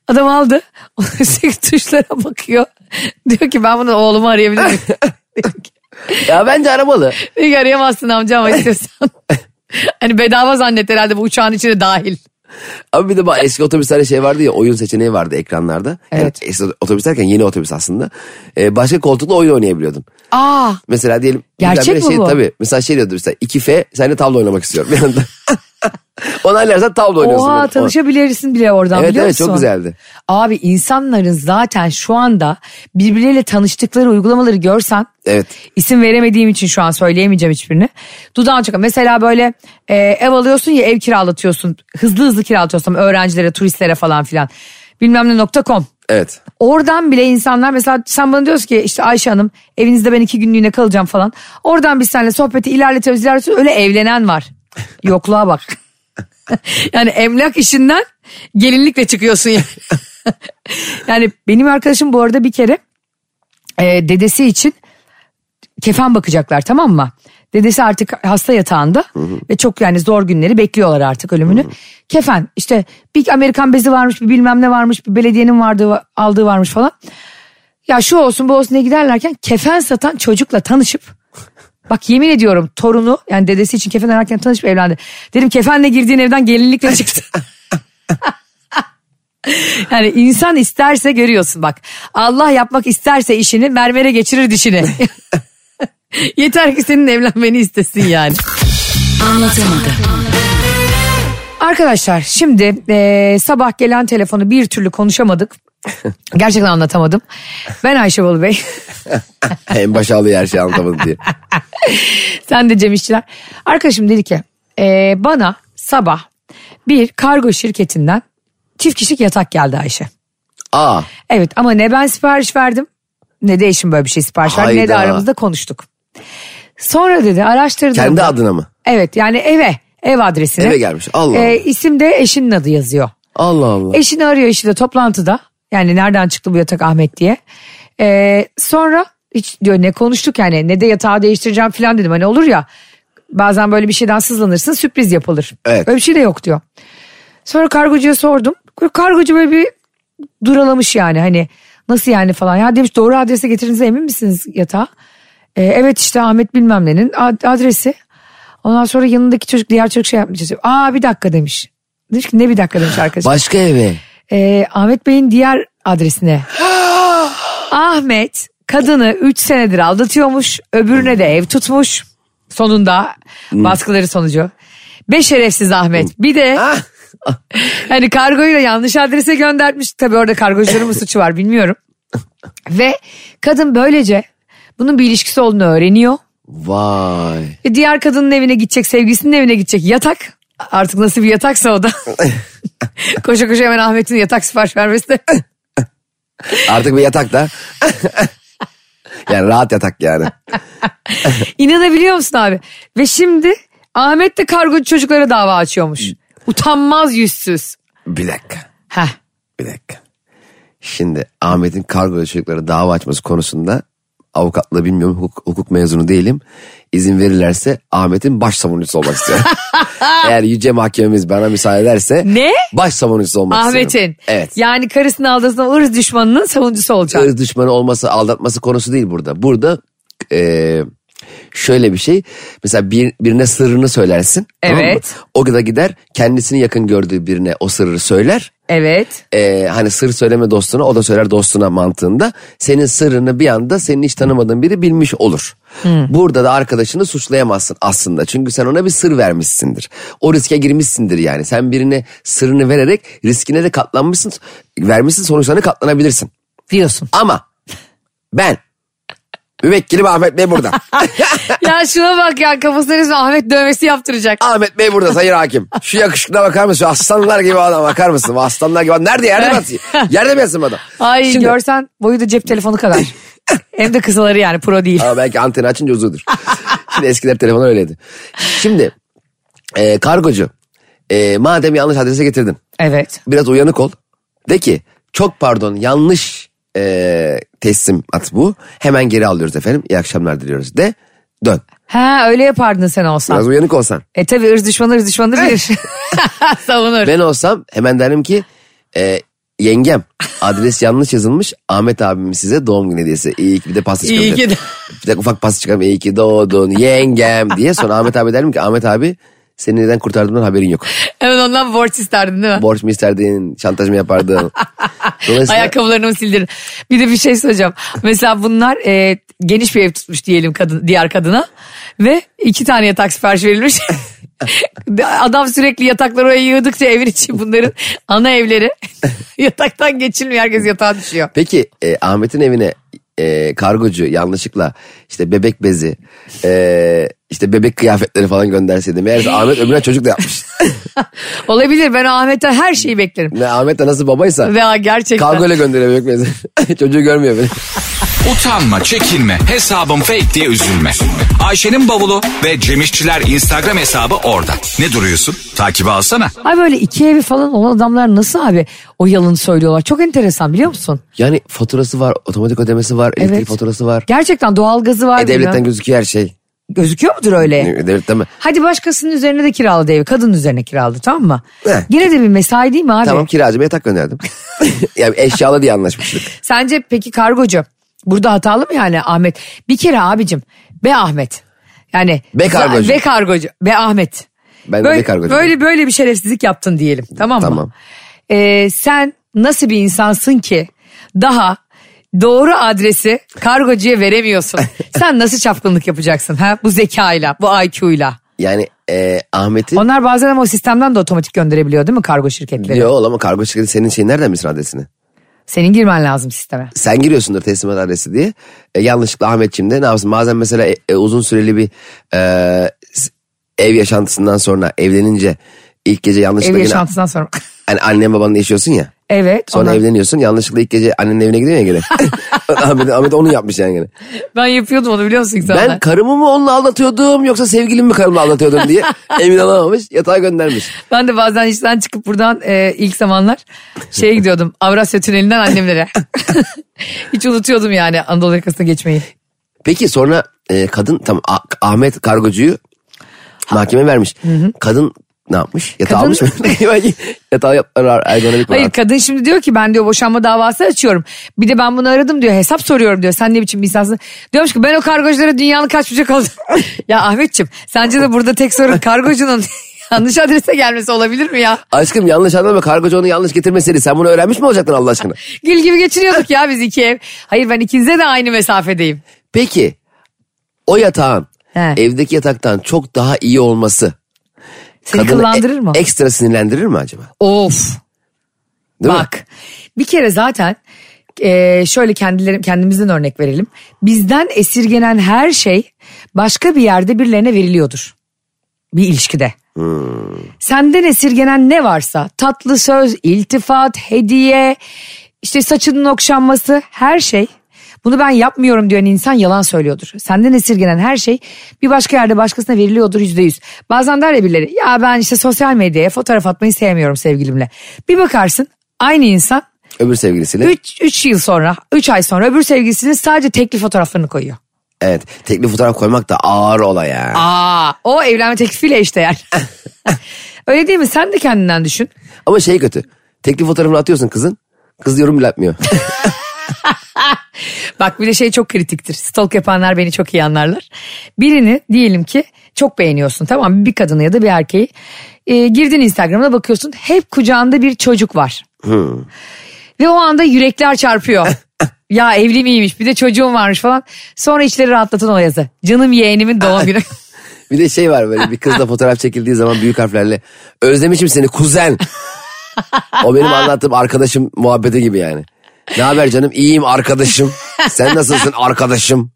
Speaker 2: Adam aldı. Onun üstteki tuşlara bakıyor. Diyor ki ben bunu oğlumu arayabilir miyim?
Speaker 3: Ya bence arabalı.
Speaker 2: Diyor ki, arayamazsın amca ama istiyorsan. hani bedava zannet herhalde bu uçağın içine dahil.
Speaker 3: Ama bir de bak eski otobüslerde şey vardı ya oyun seçeneği vardı ekranlarda. Yani
Speaker 2: Evet.
Speaker 3: eski otobüs derken yeni otobüs aslında. Ee, başka koltukla oyun oynayabiliyordun.
Speaker 2: Aa
Speaker 3: Mesela diyelim.
Speaker 2: Gerçek
Speaker 3: birdenbire
Speaker 2: mi
Speaker 3: şey,
Speaker 2: bu?
Speaker 3: Tabii. Mesela şey diyordu mesela 2F seninle tavla oynamak istiyorum. Bir anda. Onaylarsan tavla oynuyorsun.
Speaker 2: Oha
Speaker 3: böyle.
Speaker 2: tanışabilirsin bile oradan
Speaker 3: Evet
Speaker 2: biliyor
Speaker 3: evet
Speaker 2: musun?
Speaker 3: çok güzeldi.
Speaker 2: Abi insanların zaten şu anda birbirleriyle tanıştıkları uygulamaları görsen
Speaker 3: Evet.
Speaker 2: isim veremediğim için şu an söyleyemeyeceğim hiçbirini. Dudağın çıkan mesela böyle e, ev alıyorsun ya ev kiralatıyorsun hızlı hızlı kiralatıyorsun öğrencilere turistlere falan filan bilmem ne nokta com.
Speaker 3: Evet.
Speaker 2: Oradan bile insanlar mesela sen bana diyorsun ki işte Ayşe Hanım evinizde ben iki günlüğüne kalacağım falan. Oradan biz seninle sohbeti ilerletiyoruz ilerletiyoruz öyle evlenen var. Yokluğa bak. yani emlak işinden gelinlikle çıkıyorsun yani. yani benim arkadaşım bu arada bir kere e, dedesi için kefen bakacaklar tamam mı? Dedesi artık hasta yatağında ve çok yani zor günleri bekliyorlar artık ölümünü. Kefen işte bir Amerikan bezi varmış bir bilmem ne varmış bir belediyenin vardı aldığı varmış falan. Ya şu olsun bu olsun diye giderlerken kefen satan çocukla tanışıp bak yemin ediyorum torunu yani dedesi için kefen ararken tanışıp evlendi. Dedim kefenle girdiğin evden gelinlikle çıktı. Yani insan isterse görüyorsun bak. Allah yapmak isterse işini mermere geçirir dişini. Yeter ki senin evlenmeni istesin yani. Arkadaşlar şimdi e, sabah gelen telefonu bir türlü konuşamadık. Gerçekten anlatamadım. Ben Ayşe Bolu Bey.
Speaker 3: en başa alıyor her şeyi anlatamadı diye.
Speaker 2: Sen de Cem İşçiler. Arkadaşım dedi ki e, bana sabah bir kargo şirketinden çift kişilik yatak geldi Ayşe.
Speaker 3: Aa
Speaker 2: Evet ama ne ben sipariş verdim ne de eşim böyle bir şey sipariş verdi ne de
Speaker 3: Hayda.
Speaker 2: aramızda konuştuk. Sonra dedi araştırdım.
Speaker 3: kendi adına mı?
Speaker 2: Evet yani eve ev adresine. Ee,
Speaker 3: Eve gelmiş, Allah Allah.
Speaker 2: isim de eşinin adı yazıyor.
Speaker 3: Allah Allah.
Speaker 2: Eşini arıyor eşi de toplantıda. Yani nereden çıktı bu yatak Ahmet diye. Ee, sonra hiç diyor ne konuştuk yani ne de yatağı değiştireceğim falan dedim. Hani olur ya bazen böyle bir şeyden sızlanırsın sürpriz yapılır.
Speaker 3: Evet.
Speaker 2: Öyle bir şey de yok diyor. Sonra kargocuya sordum. Kargocu böyle bir duralamış yani hani nasıl yani falan. Ya demiş doğru adrese getirinize emin misiniz yatağı? Ee, evet işte Ahmet bilmem nenin ad- adresi. Ondan sonra yanındaki çocuk diğer çocuk şey yapmış. Aa bir dakika demiş. Demiş ki ne bir dakika demiş arkadaş.
Speaker 3: Başka eve.
Speaker 2: Ee, Ahmet Bey'in diğer adresine. Ahmet kadını 3 senedir aldatıyormuş. Öbürüne de ev tutmuş. Sonunda baskıları sonucu. Be şerefsiz Ahmet. Bir de
Speaker 3: Ah.
Speaker 2: hani kargoyu da yanlış adrese göndermiş. Tabii orada kargocuların mı suçu var bilmiyorum. Ve kadın böylece bunun bir ilişkisi olduğunu öğreniyor.
Speaker 3: Vay.
Speaker 2: Ve diğer kadının evine gidecek, sevgilisinin evine gidecek yatak. Artık nasıl bir yataksa o da. koşa koşa hemen Ahmet'in yatak sipariş vermesi de.
Speaker 3: Artık bir yatakta. yani rahat yatak yani.
Speaker 2: İnanabiliyor musun abi? Ve şimdi Ahmet de kargocu çocuklara dava açıyormuş. Utanmaz yüzsüz.
Speaker 3: Bir dakika.
Speaker 2: Heh.
Speaker 3: Bir dakika. Şimdi Ahmet'in kargo çocuklara dava açması konusunda avukatla bilmiyorum hukuk, hukuk mezunu değilim. İzin verirlerse Ahmet'in baş savunucusu olmak istiyorum. Eğer yüce mahkememiz bana müsaade ederse
Speaker 2: Ne?
Speaker 3: baş savunucusu olmak istiyorum.
Speaker 2: Ahmet'in.
Speaker 3: Evet.
Speaker 2: Yani karısını aldığında ırz düşmanının savunucusu olacak.
Speaker 3: ırz düşmanı olması aldatması konusu değil burada. Burada eee, şöyle bir şey mesela bir, birine sırrını söylersin. tamam mı?
Speaker 2: Evet.
Speaker 3: O kadar gider kendisini yakın gördüğü birine o sırrı söyler.
Speaker 2: Evet.
Speaker 3: Eee, hani sır söyleme dostuna o da söyler dostuna mantığında senin sırrını bir anda senin hiç tanımadığın biri bilmiş olur. Burada da arkadaşını suçlayamazsın aslında çünkü sen ona bir sır vermişsindir. O riske girmişsindir yani sen birine sırrını vererek riskine de katlanmışsın vermişsin sonuçlarına katlanabilirsin.
Speaker 2: Diyorsun.
Speaker 3: Ama ben müvekkilim Ahmet Bey burada.
Speaker 2: ya şuna bak ya kafasına resmen Ahmet dövmesi yaptıracak.
Speaker 3: Ahmet Bey burada sayın hakim. Şu yakışıklına bakar mısın? Şu Aslanlar gibi adam bakar mısın? Aslanlar gibi adam. Nerede yerde mi yatıyor? Yerde mi yatsın bu adam?
Speaker 2: Ay
Speaker 3: Şimdi-
Speaker 2: görsen boyu da cep telefonu kadar. Hem de kısaları yani pro değil.
Speaker 3: Ama belki anteni açınca uzundur. Şimdi eskiler telefonu öyleydi. Şimdi e, kargocu e, madem yanlış adrese getirdin
Speaker 2: Evet.
Speaker 3: biraz uyanık ol. De ki çok pardon yanlış e, teslimat bu. Hemen geri alıyoruz efendim. İyi akşamlar diliyoruz de dön.
Speaker 2: Ha öyle yapardın sen olsan.
Speaker 3: Biraz uyanık olsan.
Speaker 2: E tabi ırz düşmanı ırz düşmanı bilir. Savunur.
Speaker 3: Ben olsam hemen derim ki e, yengem adres yanlış yazılmış Ahmet abim size doğum günü hediyesi. İyi ki bir de pasta
Speaker 2: İyi
Speaker 3: çıkarmış.
Speaker 2: ki de.
Speaker 3: Bir de ufak pasta çıkarmış. İyi ki doğdun yengem diye. Sonra Ahmet abi derim ki Ahmet abi seni neden kurtardığımdan haberin yok.
Speaker 2: Hemen ondan borç isterdin değil mi?
Speaker 3: Borç mu isterdin, şantaj mı yapardın? Dolayısıyla
Speaker 2: Ayakkabılarını mı sildirin? Bir de bir şey söyleyeceğim. Mesela bunlar e, geniş bir ev tutmuş diyelim kadın, diğer kadına. Ve iki tane yatak sipariş verilmiş. Adam sürekli yatakları oraya yığdıkça evin içi bunların ana evleri. Yataktan geçilmiyor herkes yatağa düşüyor.
Speaker 3: Peki e, Ahmet'in evine e, kargocu yanlışlıkla işte bebek bezi, e, işte bebek kıyafetleri falan gönderseydi. Meğerse Ahmet öbürüne çocuk da yapmış.
Speaker 2: Olabilir ben Ahmet'ten her şeyi beklerim.
Speaker 3: Ne Ahmet de nasıl babaysa
Speaker 2: Ve gerçekten.
Speaker 3: kargo ile gönderiyor bebek bezi. Çocuğu görmüyor bile.
Speaker 1: Utanma, çekinme, hesabım fake diye üzülme. Ayşe'nin bavulu ve Cemişçiler Instagram hesabı orada. Ne duruyorsun? Takibi alsana.
Speaker 2: Ay böyle iki evi falan olan adamlar nasıl abi o yalanı söylüyorlar. Çok enteresan biliyor musun?
Speaker 3: Yani faturası var, otomatik ödemesi var, elektrik faturası var.
Speaker 2: Gerçekten doğalgazı var.
Speaker 3: E, devletten gözüküyor her şey.
Speaker 2: Gözüküyor mudur öyle?
Speaker 3: E, Devletten mi?
Speaker 2: Hadi başkasının üzerine de kiraladı evi. Kadın üzerine kiraladı tamam mı?
Speaker 3: He.
Speaker 2: Yine de bir mesai değil mi abi?
Speaker 3: Tamam kiracıma yatak gönderdim. yani eşyalı diye anlaşmıştık.
Speaker 2: Sence peki kargocu burada hatalı mı yani Ahmet? Bir kere abicim be Ahmet. Yani
Speaker 3: Be kargocu.
Speaker 2: Be kargocu. Be Ahmet.
Speaker 3: Ben de
Speaker 2: böyle,
Speaker 3: be kargocu.
Speaker 2: Böyle böyle bir şerefsizlik yaptın diyelim. Tamam mı?
Speaker 3: Tamam.
Speaker 2: Ee, sen nasıl bir insansın ki daha doğru adresi kargocuya veremiyorsun. sen nasıl çapkınlık yapacaksın ha? Bu zekayla, bu IQ'yla.
Speaker 3: Yani e, Ahmet'in...
Speaker 2: Onlar bazen ama o sistemden de otomatik gönderebiliyor değil mi kargo şirketleri?
Speaker 3: Diyor oğlum ama kargo şirketi senin şeyin nereden bilsin adresini?
Speaker 2: Senin girmen lazım sisteme.
Speaker 3: Sen giriyorsundur teslimat adresi diye. E, yanlışlıkla Ahmetciğim de ne yapsın? Bazen mesela e, e, uzun süreli bir e, s- ev yaşantısından sonra evlenince ilk gece yanlışlıkla...
Speaker 2: Ev
Speaker 3: yine-
Speaker 2: yaşantısından sonra.
Speaker 3: Hani annen babanla yaşıyorsun ya.
Speaker 2: evet.
Speaker 3: Sonra
Speaker 2: ondan-
Speaker 3: evleniyorsun yanlışlıkla ilk gece annenin evine gidiyorsun ya gene. Ahmet, Ahmet onu yapmış yani gene.
Speaker 2: Ben yapıyordum onu biliyor musun insanlar?
Speaker 3: Ben karımı mı onunla aldatıyordum yoksa sevgilimi mi karımla aldatıyordum diye emin olamamış yatağa göndermiş.
Speaker 2: Ben de bazen işten çıkıp buradan e, ilk zamanlar şeye gidiyordum. Avrasya Tüneli'nden annemlere. Hiç unutuyordum yani Anadolu yakasına geçmeyi.
Speaker 3: Peki sonra e, kadın tam Ah- Ahmet kargocuyu mahkeme vermiş. Kadın ne yapmış? Yatağı
Speaker 2: Kadın-
Speaker 3: almış mı? Belki Yatağı yap- er- ergonomik mi?
Speaker 2: Hayır kadın şimdi diyor ki ben diyor boşanma davası açıyorum. Bir de ben bunu aradım diyor hesap soruyorum diyor. Sen ne biçim bir insansın? Diyormuş ki ben o kargoculara dünyanın kaç bucak oldum. ya Ahmetçim sence de burada tek sorun kargocunun yanlış adrese gelmesi olabilir mi ya?
Speaker 3: Aşkım yanlış anlama kargocu onu yanlış getirmeseydi sen bunu öğrenmiş mi olacaktın Allah aşkına?
Speaker 2: Gül gibi geçiniyorduk ya biz iki ev. Hayır ben ikinize de aynı mesafedeyim.
Speaker 3: Peki o yatağın
Speaker 2: He.
Speaker 3: evdeki yataktan çok daha iyi olması
Speaker 2: Seni
Speaker 3: kadını
Speaker 2: kıllandırır
Speaker 3: e-
Speaker 2: mı?
Speaker 3: Ekstra sinirlendirir mi acaba?
Speaker 2: Of.
Speaker 3: Değil mi?
Speaker 2: Bak bir kere zaten e, şöyle kendilerim kendimizden örnek verelim. Bizden esirgenen her şey başka bir yerde birilerine veriliyordur. Bir ilişkide. Senden esirgenen ne varsa tatlı söz, iltifat, hediye, işte saçının okşanması her şey. Bunu ben yapmıyorum diyen insan yalan söylüyordur. Senden esirgenen her şey bir başka yerde başkasına veriliyordur yüzde yüz. Bazen der ya birileri ya ben işte sosyal medyaya fotoğraf atmayı sevmiyorum sevgilimle. Bir bakarsın aynı insan
Speaker 3: Öbür sevgilisiyle.
Speaker 2: 3 üç yıl sonra 3 ay sonra öbür sevgilisinin sadece tekli fotoğraflarını koyuyor.
Speaker 3: Evet. Tekli fotoğraf koymak da ağır olay ya.
Speaker 2: Aa o evlenme teklifiyle eşdeğer. Öyle değil mi? Sen de kendinden düşün.
Speaker 3: Ama şey kötü. Tekli fotoğrafını atıyorsun kızın. Kız yorum bile atmıyor.
Speaker 2: Bak bir de şey çok kritiktir. Stalk yapanlar beni çok iyi anlarlar. Birini diyelim ki çok beğeniyorsun tamam mı? bir kadını ya da bir erkeği. Ee, girdin Instagram'da bakıyorsun hep kucağında bir çocuk var. Ve o anda yürekler çarpıyor. ya evli miymiş bir de çocuğum varmış falan. Sonra içleri rahatlatan o yazı. Canım yeğenimin doğum günü.
Speaker 3: bir de şey var böyle bir kızla fotoğraf çekildiği zaman büyük harflerle. Özlemişim seni kuzen. o benim anlattığım arkadaşım muhabbeti gibi yani. Ne haber canım? İyiyim arkadaşım. Sen nasılsın arkadaşım?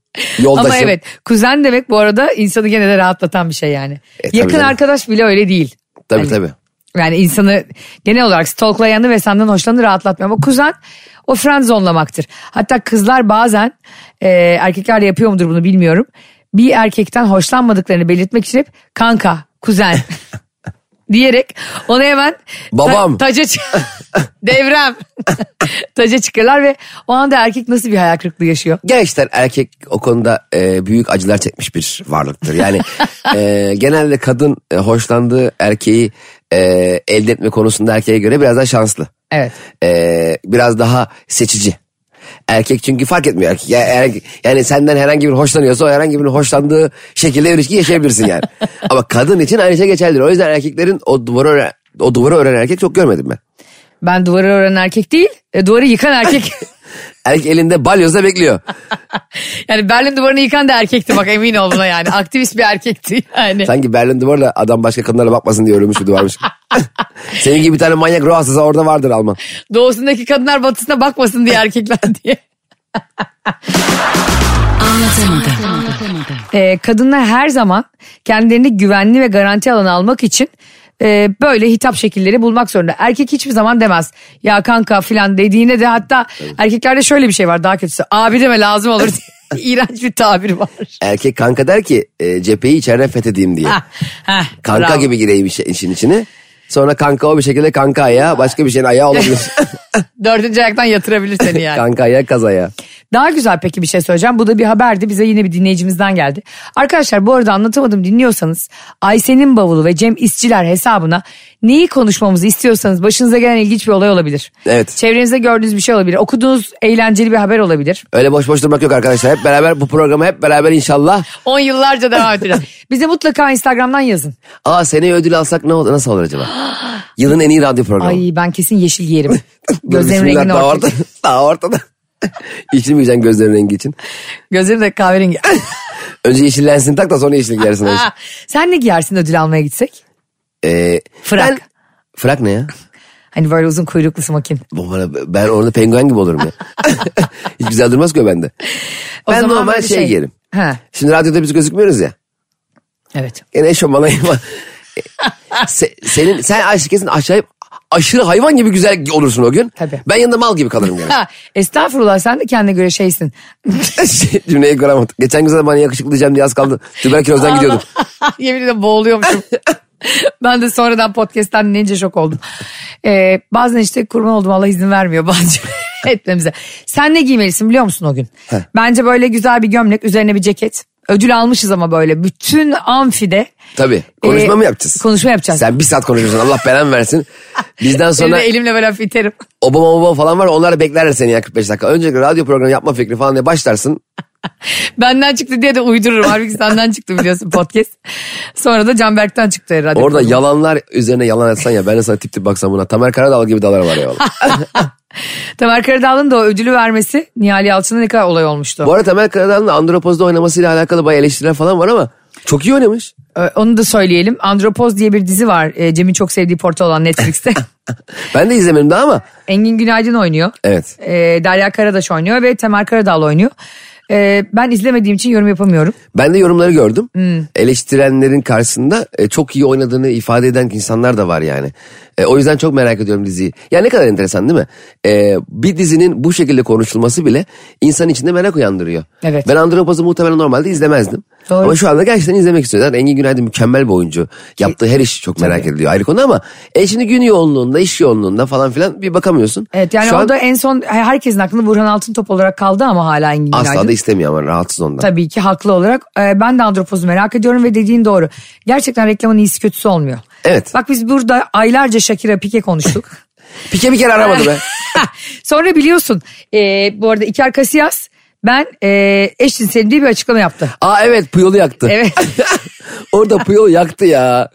Speaker 3: Yoldaşım.
Speaker 2: Ama evet kuzen demek bu arada insanı gene de rahatlatan bir şey yani.
Speaker 3: E, tabii
Speaker 2: Yakın
Speaker 3: canım.
Speaker 2: arkadaş bile öyle değil.
Speaker 3: Tabii
Speaker 2: Hani-
Speaker 3: tabii.
Speaker 2: Yani insanı genel olarak stalklayanı ve senden hoşlananı rahatlatmıyor. Ama kuzen o frenzonlamaktır. Hatta kızlar bazen e, erkekler de yapıyor mudur bunu bilmiyorum. Bir erkekten hoşlanmadıklarını belirtmek için hep kanka, kuzen diyerek onu hemen ta-
Speaker 3: Babam.
Speaker 2: taca çı- devrem taca çıkarlar ve o anda erkek nasıl bir hayal kırıklığı yaşıyor?
Speaker 3: Gerçekten erkek o konuda e, büyük acılar çekmiş bir varlıktır. Yani e, genelde kadın e, hoşlandığı erkeği e, elde etme konusunda erkeğe göre biraz daha şanslı.
Speaker 2: Evet.
Speaker 3: Ee, biraz daha seçici. Erkek çünkü fark etmiyor. Erkek, ya- erkek- yani senden herhangi biri hoşlanıyorsa o herhangi birinin hoşlandığı şekilde ilişki yaşayabilirsin yani. Ama kadın için aynı şey geçerlidir. O yüzden erkeklerin o duvarı ören, o duvarı ören erkek çok görmedim ben.
Speaker 2: Ben duvarı ören erkek değil, e, duvarı yıkan erkek.
Speaker 3: Erkek elinde balyozla bekliyor.
Speaker 2: yani Berlin duvarını yıkan da erkekti bak emin ol buna yani. Aktivist bir erkekti yani.
Speaker 3: Sanki Berlin duvarla adam başka kadınlara bakmasın diye örülmüş bir duvarmış. Senin gibi bir tane manyak ruh hastası orada vardır Alman.
Speaker 2: Doğusundaki kadınlar batısına bakmasın diye erkekler diye. Ee, kadınlar her zaman kendilerini güvenli ve garanti alanı almak için e, e, böyle hitap şekilleri bulmak zorunda. Erkek hiçbir zaman demez. Ya kanka filan dediğine de hatta erkeklerde şöyle bir şey var daha kötüsü. Abi deme lazım olur diye. İğrenç bir tabir var.
Speaker 3: Erkek kanka der ki e, cepheyi içeriden fethedeyim diye.
Speaker 2: Hah, hah,
Speaker 3: kanka
Speaker 2: bravo.
Speaker 3: gibi gireyim işe- işin içine. Sonra kanka o bir şekilde kanka ayağı başka bir şeyin ayağı olabilir.
Speaker 2: Dördüncü ayaktan yatırabilir seni yani.
Speaker 3: kanka ayağı kaz ayağı.
Speaker 2: Daha güzel peki bir şey söyleyeceğim. Bu da bir haberdi. Bize yine bir dinleyicimizden geldi. Arkadaşlar bu arada anlatamadım dinliyorsanız Ayşe'nin bavulu ve Cem İşçiler hesabına neyi konuşmamızı istiyorsanız başınıza gelen ilginç bir olay olabilir.
Speaker 3: Evet.
Speaker 2: Çevrenizde gördüğünüz bir şey olabilir. Okuduğunuz eğlenceli bir haber olabilir.
Speaker 3: Öyle boş boş durmak yok arkadaşlar. Hep beraber bu programı hep beraber inşallah.
Speaker 2: 10 yıllarca devam edeceğiz. Bize mutlaka Instagram'dan yazın.
Speaker 3: Aa seneye ödül alsak ne olur, nasıl olur acaba? Yılın en iyi radyo programı.
Speaker 2: Ay ben kesin yeşil giyerim. Gözlerim
Speaker 3: Bismillah,
Speaker 2: rengini
Speaker 3: daha
Speaker 2: ortaya.
Speaker 3: ortada. Daha ortada. İçini mi güzel gözlerin rengi için?
Speaker 2: Gözlerim de kahverengi.
Speaker 3: Önce yeşil lensin tak da sonra yeşil giyersin.
Speaker 2: Aa, Sen ne giyersin ödül almaya gitsek?
Speaker 3: Ee,
Speaker 2: Frak.
Speaker 3: ben- frak ne ya?
Speaker 2: Hani böyle uzun kuyruklu smokin.
Speaker 3: Bu bana- ben orada penguen gibi olurum ya. Hiç güzel durmaz ki o bende.
Speaker 2: O
Speaker 3: ben
Speaker 2: zaman
Speaker 3: normal
Speaker 2: bir
Speaker 3: şey,
Speaker 2: şey-
Speaker 3: giyerim.
Speaker 2: Ha.
Speaker 3: Şimdi radyoda biz gözükmüyoruz ya.
Speaker 2: Evet.
Speaker 3: Gene eşofmana Se, senin, sen aş- kesin acayip aşırı hayvan gibi güzel olursun o gün.
Speaker 2: Tabii.
Speaker 3: Ben yanında mal gibi kalırım yani.
Speaker 2: Ha, estağfurullah sen de kendine göre şeysin.
Speaker 3: Şey, Cümleyi kuramadım. Geçen gün zaten bana yakışıklı diyeceğim diye az kaldı. Tüberkülozdan gidiyordum.
Speaker 2: Yemin ederim boğuluyormuşum. ben de sonradan podcast'ten dinleyince şok oldum. Ee, bazen işte kurban oldum Allah izin vermiyor bazen etmemize. Sen ne giymelisin biliyor musun o gün? Bence böyle güzel bir gömlek üzerine bir ceket. Ödül almışız ama böyle bütün amfide.
Speaker 3: Tabii. Konuşma
Speaker 2: Ee,
Speaker 3: mı yapacağız?
Speaker 2: Konuşma yapacağız.
Speaker 3: Sen bir saat konuşuyorsun. Allah belanı versin. Bizden sonra
Speaker 2: Sonra... Elimle böyle hafif iterim.
Speaker 3: Obama Obama falan var. Onlar da beklerler seni ya 45 dakika. Öncelikle radyo programı yapma fikri falan diye başlarsın.
Speaker 2: Benden çıktı diye de uydururum. Halbuki senden çıktı biliyorsun podcast. Sonra da Canberk'ten çıktı herhalde.
Speaker 3: Orada
Speaker 2: Programı.
Speaker 3: yalanlar üzerine yalan etsen ya. Ben de sana tip tip baksam buna. Tamer Karadağlı gibi dalar var ya. vallahi.
Speaker 2: Tamer Karadağlı'nın da o ödülü vermesi Nihal Yalçın'a ne kadar olay olmuştu.
Speaker 3: Bu arada Tamer Karadağlı'nın Andropoz'da oynamasıyla alakalı bayağı eleştiriler falan var ama çok iyi oynamış.
Speaker 2: Ee, Onu da söyleyelim. Andropoz diye bir dizi var. Ee, Cem'in çok sevdiği portal olan Netflix'te.
Speaker 3: Ben de izlemedim daha ama.
Speaker 2: Engin Günaydın oynuyor.
Speaker 3: Evet.
Speaker 2: Ee, Derya Karadaş oynuyor ve Temel Karadağlı oynuyor. Ee, ben izlemediğim için yorum yapamıyorum.
Speaker 3: Ben de yorumları gördüm.
Speaker 2: Hmm.
Speaker 3: Eleştirenlerin karşısında e, çok iyi oynadığını ifade eden insanlar da var yani. E, o yüzden çok merak ediyorum diziyi. Ya ne kadar enteresan değil mi? E, bir dizinin bu şekilde konuşulması bile insan içinde merak uyandırıyor.
Speaker 2: Evet.
Speaker 3: Ben Andropoz'u muhtemelen normalde izlemezdim.
Speaker 2: Doğru.
Speaker 3: Ama şu anda gerçekten izlemek istiyorum. Zaten Engin Günaydın mükemmel bir oyuncu. Yaptığı her iş çok merak ediliyor ayrı konu ama e şimdi gün yoğunluğunda, iş yoğunluğunda falan filan bir bakamıyorsun.
Speaker 2: Evet yani
Speaker 3: şu an
Speaker 2: o da en son herkesin aklında Burhan Altıntop olarak kaldı ama hala Engin Günaydın.
Speaker 3: asla da istemiyor ama rahatsız ondan.
Speaker 2: Tabii ki haklı olarak. Ee, ben de Andropoz'u merak ediyorum ve dediğin doğru. Gerçekten reklamın iyisi kötüsü olmuyor.
Speaker 3: Evet.
Speaker 2: Bak biz burada aylarca Shakira Pique konuştuk.
Speaker 3: Pike bir kere aramadı be.
Speaker 2: Sonra biliyorsun e, bu arada İker Kasiyas ben e, eşcinselim diye bir açıklama yaptı.
Speaker 3: Aa evet Puyol'u yaktı.
Speaker 2: Evet.
Speaker 3: Orada Puyol yaktı ya.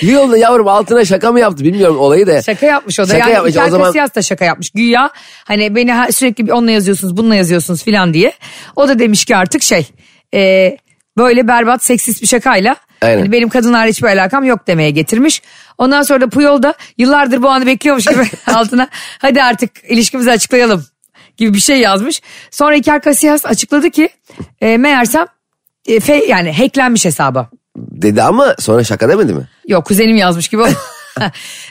Speaker 3: Puyol da yavrum altına şaka mı yaptı bilmiyorum olayı da.
Speaker 2: Şaka yapmış o da.
Speaker 3: Şaka
Speaker 2: yani
Speaker 3: yapmış.
Speaker 2: İlker
Speaker 3: O zaman-
Speaker 2: Casillas da şaka yapmış. Güya hani beni ha- sürekli bir onunla yazıyorsunuz bununla yazıyorsunuz filan diye. O da demiş ki artık şey e, böyle berbat seksist bir şakayla
Speaker 3: Aynen.
Speaker 2: hani benim kadınlarla hiçbir alakam yok demeye getirmiş. Ondan sonra da Puyol da yıllardır bu anı bekliyormuş gibi altına hadi artık ilişkimizi açıklayalım gibi bir şey yazmış. Sonra İlker Casillas açıkladı ki e, meğersem e, fe- yani hacklenmiş hesabı.
Speaker 3: Dedi ama sonra şaka demedi mi?
Speaker 2: Yok kuzenim yazmış gibi. oldu.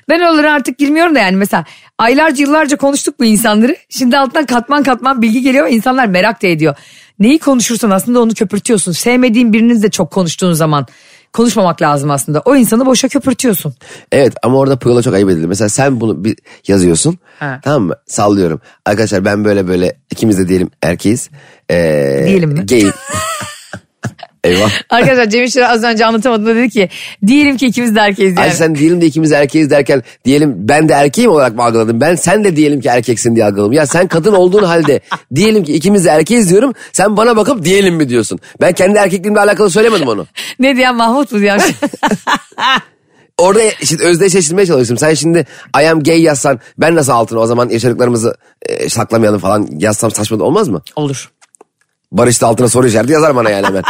Speaker 2: ben oralara artık girmiyorum da yani mesela aylarca yıllarca konuştuk bu insanları. Şimdi alttan katman katman bilgi geliyor ve insanlar merak da ediyor. Neyi konuşursan aslında onu köpürtüyorsun. Sevmediğin birinizle çok konuştuğun zaman konuşmamak lazım aslında. O insanı boşa köpürtüyorsun.
Speaker 3: Evet ama orada Puyol'a çok ayıp edildi. Mesela sen bunu bir yazıyorsun.
Speaker 2: Ha.
Speaker 3: Tamam mı? Sallıyorum. Arkadaşlar ben böyle böyle ikimiz de diyelim erkeğiz. Ee,
Speaker 2: Diyelim mi?
Speaker 3: Gay. Eyvah.
Speaker 2: Arkadaşlar Cem İşçiler az önce anlatamadığında dedi ki diyelim ki ikimiz de erkeğiz yani.
Speaker 3: Ay sen diyelim de ikimiz erkeğiz derken diyelim ben de erkeğim olarak mı algıladım? Ben sen de diyelim ki erkeksin diye algıladım. Ya sen kadın olduğun halde diyelim ki ikimiz de erkeğiz diyorum. Sen bana bakıp diyelim mi diyorsun? Ben kendi erkekliğimle alakalı söylemedim onu.
Speaker 2: Ne diyen Mahmut mu diyen?
Speaker 3: Orada şimdi özdeşleştirmeye çalıştım. Sen şimdi I am gay yazsan ben nasıl altına o zaman yaşadıklarımızı e, saklamayalım falan yazsam saçma da olmaz mı?
Speaker 2: Olur.
Speaker 3: Barış da altına soru işareti yazar bana yani hemen.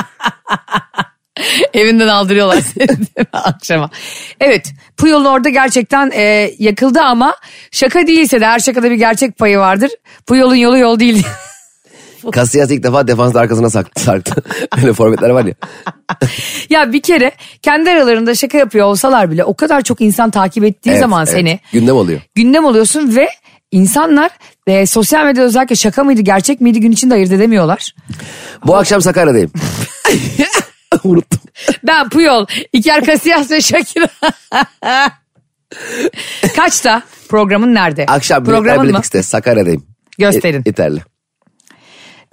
Speaker 2: Evinden aldırıyorlar seni değil mi? akşama. Evet Puyol'un orada gerçekten e, yakıldı ama şaka değilse de her şakada bir gerçek payı vardır. Puyol'un yolu yol değil.
Speaker 3: Casillas ilk defa defansın arkasına sarktı. sarktı. Öyle forvetler var ya.
Speaker 2: Ya bir kere kendi aralarında şaka yapıyor olsalar bile o kadar çok insan takip ettiği
Speaker 3: Evet,
Speaker 2: zaman
Speaker 3: evet.
Speaker 2: seni
Speaker 3: Gündem oluyor.
Speaker 2: gündem oluyorsun ve insanlar e, sosyal medyada özellikle şaka mıydı gerçek miydi gün içinde ayırt edemiyorlar.
Speaker 3: Bu akşam Sakarya'dayım. Unuttum.
Speaker 2: Ben Puyol, İker Casillas ve Shakira. Kaçta? Programın nerede?
Speaker 3: Akşam
Speaker 2: Programın
Speaker 3: Biletler
Speaker 2: mı?
Speaker 3: Biletix'te Sakarya'dayım. E,
Speaker 2: Gösterin.
Speaker 3: İ- İterli.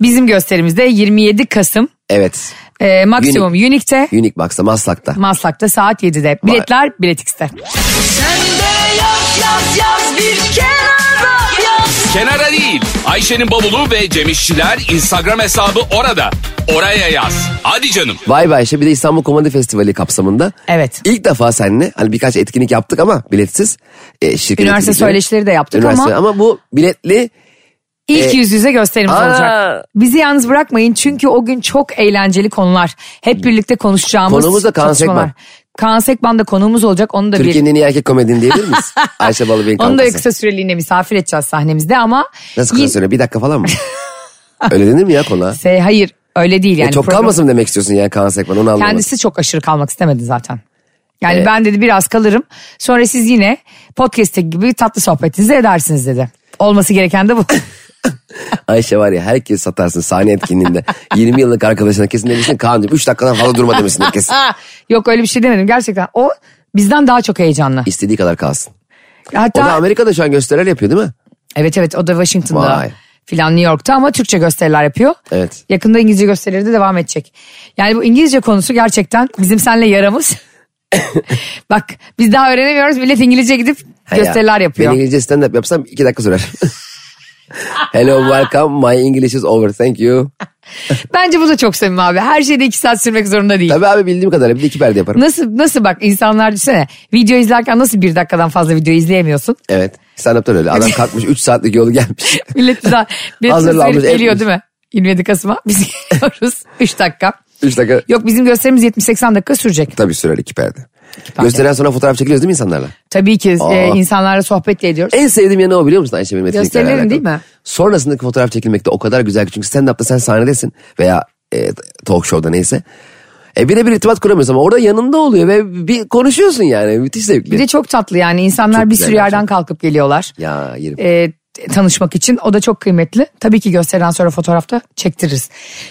Speaker 2: Bizim gösterimizde 27 Kasım
Speaker 3: Evet.
Speaker 2: e, maksimum Unique'te
Speaker 3: Unique Box'ta Maslak'ta.
Speaker 2: Maslak'ta saat 7'de. Biletler Biletix'te.
Speaker 1: Kenara değil. Ayşe'nin bavulu ve Cemişçiler Instagram hesabı orada. Oraya yaz. Hadi canım.
Speaker 3: Vay be Ayşe bir de İstanbul Komedi Festivali kapsamında.
Speaker 2: Evet.
Speaker 3: İlk defa seninle hani birkaç etkinlik yaptık ama biletsiz. E, şirket
Speaker 2: Üniversite
Speaker 3: etkinlikleri.
Speaker 2: söyleşileri de yaptık
Speaker 3: Üniversite-
Speaker 2: ama-
Speaker 3: bu biletli
Speaker 2: İlk yüz yüze gösterimiz
Speaker 3: aa.
Speaker 2: olacak. Bizi yalnız bırakmayın çünkü o gün çok eğlenceli konular. Hep birlikte konuşacağımız
Speaker 3: Konuğumuz da Kaan
Speaker 2: çatışmalar.
Speaker 3: Sekban.
Speaker 2: Kaan Sekban da konuğumuz olacak. Onu da bir
Speaker 3: Türkiye'nin en iyi erkek komedini diyebilir miyiz? Ayşe Balıbey'in kankası.
Speaker 2: onu da kısa süreliğine misafir edeceğiz sahnemizde ama
Speaker 3: Nasıl kısa
Speaker 2: Yine-
Speaker 3: süre? Bir dakika falan mı? Öyle denir mi ya kola? E,
Speaker 2: Se- hayır öyle değil yani.
Speaker 3: çok
Speaker 2: Program-
Speaker 3: kalmasın demek istiyorsun ya Kaan Sekman onu anlamadım.
Speaker 2: Kendisi çok aşırı kalmak istemedi zaten. Yani
Speaker 3: Ee,
Speaker 2: ben dedi biraz kalırım. Sonra siz yine podcast'te gibi tatlı sohbetinizi edersiniz dedi. Olması gereken de bu.
Speaker 3: Ayşe var ya herkes satarsın sahne etkinliğinde. 20 yıllık arkadaşına kesin demişsin Kaan diyor. 3 dakikadan fazla durma demişsin kesin.
Speaker 2: Ah, Yok öyle bir şey demedim gerçekten. O bizden daha çok heyecanlı.
Speaker 3: İstediği kadar kalsın. O
Speaker 2: Hatta
Speaker 3: da Amerika'da şu an gösteriler yapıyor değil mi?
Speaker 2: evet evet o da Washington'da
Speaker 3: Vay.
Speaker 2: filan New York'ta ama Türkçe gösteriler yapıyor.
Speaker 3: Evet.
Speaker 2: Yakında İngilizce gösterileri de devam edecek. Yani bu İngilizce konusu gerçekten bizim seninle yaramız. Bak biz daha öğrenemiyoruz millet İngilizce gidip
Speaker 3: Ha ya,
Speaker 2: gösteriler yapıyor.
Speaker 3: Ben İngilizce stand up yapsam 2 dakika sürer. Hello welcome my English is over thank you.
Speaker 2: Bence bu da çok sevim abi. Her şeyde iki saat sürmek zorunda değil.
Speaker 3: Tabii abi bildiğim kadarıyla bir de iki perde yaparım.
Speaker 2: Nasıl nasıl bak insanlar düşünsene video izlerken nasıl bir dakikadan fazla video izleyemiyorsun?
Speaker 3: Evet stand up'tan öyle adam kalkmış 3 saatlik yolu gelmiş.
Speaker 2: Millet bir daha bir
Speaker 3: Hazırlanmış,
Speaker 2: herif geliyor
Speaker 3: etmiş.
Speaker 2: değil mi? 27 Kasım'a biz geliyoruz 3 dakika.
Speaker 3: 3 dakika
Speaker 2: Yok bizim gösterimiz 70-80 dakika sürecek.
Speaker 3: tabii sürer iki perde. Gösteren sonra fotoğraf çekiliyoruz değil mi insanlarla?
Speaker 2: Tabii ki
Speaker 3: Aa.
Speaker 2: e, insanlarla sohbet de ediyoruz.
Speaker 3: En sevdiğim yanı o biliyor musun Ayşe benim etkinliklerle
Speaker 2: Gösterilerin
Speaker 3: alakalı.
Speaker 2: değil mi?
Speaker 3: Sonrasındaki fotoğraf çekilmek de o kadar güzel ki. Çünkü stand-up'ta sen sahnedesin veya e, talk show'da neyse. E birebir irtibat kuramıyorsun ama orada yanında oluyor ve bir konuşuyorsun yani. Müthiş zevkli.
Speaker 2: Bir de çok tatlı yani insanlar
Speaker 3: Çok
Speaker 2: bir
Speaker 3: güzel
Speaker 2: sürü yerden
Speaker 3: gerçekten.
Speaker 2: kalkıp geliyorlar.
Speaker 3: Ya yerim.
Speaker 2: E, t- tanışmak için o da çok kıymetli. Tabii ki gösteren sonra fotoğrafta çektiririz.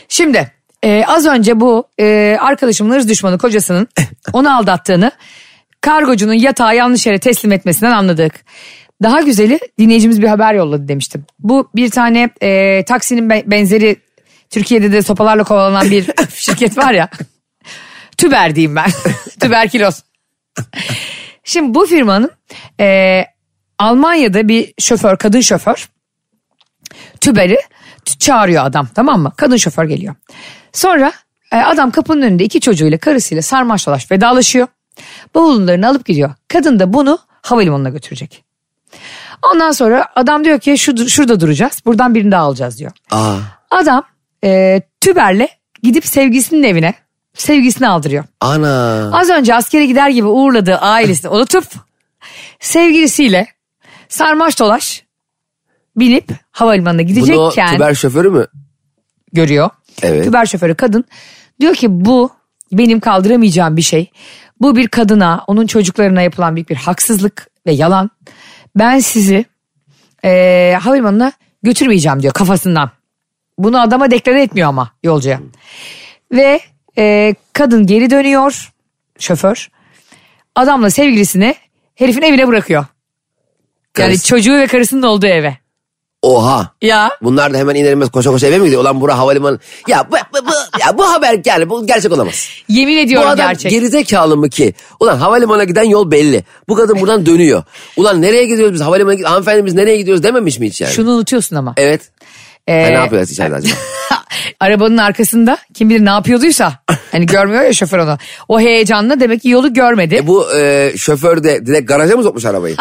Speaker 2: Şimdi e, az önce bu e, arkadaşımın hırs düşmanı kocasının onu aldattığını kargocunun yatağı yanlış yere teslim etmesinden anladık. Daha güzeli dinleyicimiz bir haber yolladı demiştim. Bu bir tane e, taksinin be- benzeri Türkiye'de de sopalarla kovalanan bir şirket var ya. Tüber diyeyim ben. Tüberküloz. Şimdi bu firmanın e, Almanya'da bir şoför, kadın şoför tüberi t- çağırıyor adam tamam mı? Kadın şoför geliyor. Sonra e, adam kapının önünde iki çocuğuyla karısıyla sarmaş dolaş vedalaşıyor. Bavullarını alıp gidiyor. Kadın da bunu havalimanına götürecek. Ondan sonra adam diyor ki şu, şurada duracağız buradan birini daha alacağız diyor.
Speaker 3: Aa,
Speaker 2: Adam e, tüberle gidip sevgisinin evine sevgisini aldırıyor.
Speaker 3: ana.
Speaker 2: Az önce askere gider gibi uğurladığı ailesini unutup sevgilisiyle sarmaş dolaş binip havalimanına
Speaker 3: Bunu
Speaker 2: gidecekken
Speaker 3: tüber şoförü mü?
Speaker 2: görüyor.
Speaker 3: Evet.
Speaker 2: Tüber şoförü kadın diyor ki bu benim kaldıramayacağım bir şey. Bu bir kadına onun çocuklarına yapılan büyük bir haksızlık ve yalan. Ben sizi eee havalimanına götürmeyeceğim diyor kafasından. Bunu adama deklare etmiyor ama yolcuya. Ve eee, kadın geri dönüyor şoför. Adamla sevgilisini herifin evine bırakıyor. Yani
Speaker 3: Karısı.
Speaker 2: çocuğu ve karısının olduğu eve.
Speaker 3: Oha.
Speaker 2: Ya
Speaker 3: Bunlar da hemen iner inmez koşa koşa eve mi gidiyor? Ulan bura havalimanı. Ya bu, bu, bu- ya bu haber yani bu gerçek olamaz.
Speaker 2: yemin ediyorum
Speaker 3: bu adam
Speaker 2: gerçek.
Speaker 3: gerizekalı mı ki? Ulan havalimanına giden yol belli. Bu kadın buradan dönüyor. Ulan nereye gidiyoruz biz? Havalimanına gidiyoruz. Hanımefendi biz nereye gidiyoruz dememiş mi hiç yani?
Speaker 2: Şunu unutuyorsun ama.
Speaker 3: Evet. Ha,
Speaker 2: Ee,
Speaker 3: ne yapıyoruz içeride acaba?
Speaker 2: Arabanın arkasında kim bilir ne yapıyorduysa hani görmüyor ya şoför onu. O heyecanla demek ki yolu görmedi.
Speaker 3: E bu e, şoför de direkt garaja mı sokmuş arabayı?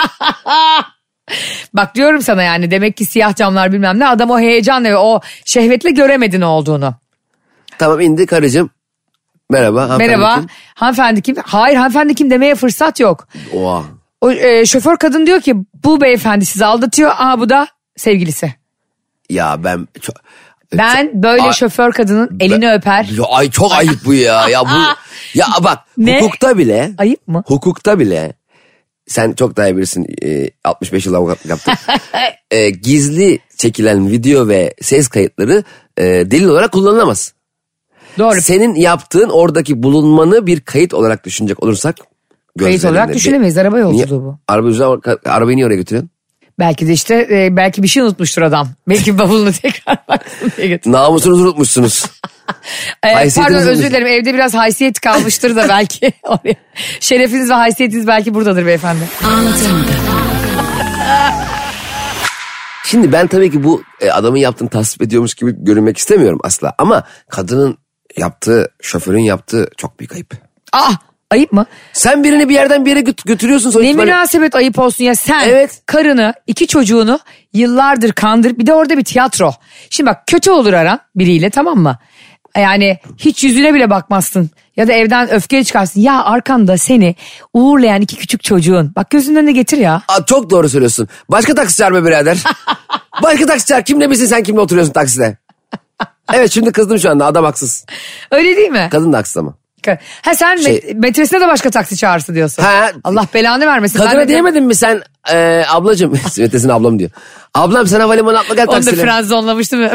Speaker 2: Bak diyorum sana yani demek ki siyah camlar bilmem ne adam o heyecanla ve o şehvetle göremedi ne olduğunu.
Speaker 3: tamam indi karıcığım. Merhaba. hanımefendi
Speaker 2: Merhaba
Speaker 3: kim?
Speaker 2: hanımefendi kim? Hayır hanımefendi kim demeye fırsat yok.
Speaker 3: Oha.
Speaker 2: O e, şoför kadın diyor ki bu beyefendi sizi aldatıyor. Aa bu da sevgilisi.
Speaker 3: Ya ben çok...
Speaker 2: Ben böyle
Speaker 3: E, Ay-
Speaker 2: şoför kadının elini öper.
Speaker 3: Ya, ay çok ayıp bu ya. Ya bu ya bak
Speaker 2: Ne?
Speaker 3: hukukta bile
Speaker 2: Ayıp mı?
Speaker 3: hukukta bile sen çok daha iyi bilirsin e, 65 yıl avukatlık yaptın. E, gizli çekilen video ve ses kayıtları e, delil olarak kullanılamaz.
Speaker 2: Doğru.
Speaker 3: Senin yaptığın oradaki bulunmanı bir kayıt olarak düşünecek olursak
Speaker 2: Kayıt olarak
Speaker 3: gözlerinde-
Speaker 2: düşünemeyiz. Araba
Speaker 3: Niye?
Speaker 2: yolculuğu bu.
Speaker 3: Araba yüzünden arabayı niye oraya götürüyorsun?
Speaker 2: Belki de işte e, belki bir şey unutmuştur adam. Belki bavulunu tekrar baksın diye götür.
Speaker 3: Namusunuzu unutmuşsunuz.
Speaker 2: E, pardon
Speaker 3: Haysiyetiniz
Speaker 2: özür
Speaker 3: mi?
Speaker 2: dilerim evde biraz haysiyet kalmıştır da belki. oraya. Şerefiniz ve haysiyetiniz belki buradadır beyefendi.
Speaker 3: Şimdi ben tabii ki bu e, adamın yaptığını tasvip ediyormuş gibi görünmek istemiyorum asla. Ama kadının yaptığı, şoförün yaptığı çok büyük ayıp.
Speaker 2: Ah ayıp mı?
Speaker 3: Sen birini bir yerden bir yere göt- götürüyorsun sonuç
Speaker 2: Ne
Speaker 3: itibariyle.
Speaker 2: münasebet ayıp olsun ya sen
Speaker 3: Evet.
Speaker 2: karını iki çocuğunu yıllardır kandırıp bir de orada bir tiyatro. Şimdi bak kötü olur aran biriyle tamam mı? Yani hiç yüzüne bile bakmazsın ya da evden öfkeli çıkarsın. Ya arkanda seni uğurlayan iki küçük çocuğun bak gözünün önüne getir ya.
Speaker 3: Aa, çok doğru söylüyorsun. Başka taksi çağırma birader. Başka taksi çağır. Kimle bilsin sen kimle oturuyorsun takside? Evet şimdi kızdım şu anda adam haksız.
Speaker 2: Öyle değil mi?
Speaker 3: Kadın da haksız ama.
Speaker 2: Ha sen
Speaker 3: Şey-
Speaker 2: met- metresine de başka taksi çağırsın diyorsun.
Speaker 3: Ha.
Speaker 2: Allah belanı vermesin. Ben
Speaker 3: Kadına
Speaker 2: de-
Speaker 3: diyemedin mi sen e, ablacım? Smetesini ablam diyor. Ablam sen havalimanına atla gel
Speaker 2: Onu da
Speaker 3: taksiyle.
Speaker 2: frenzonlamıştım.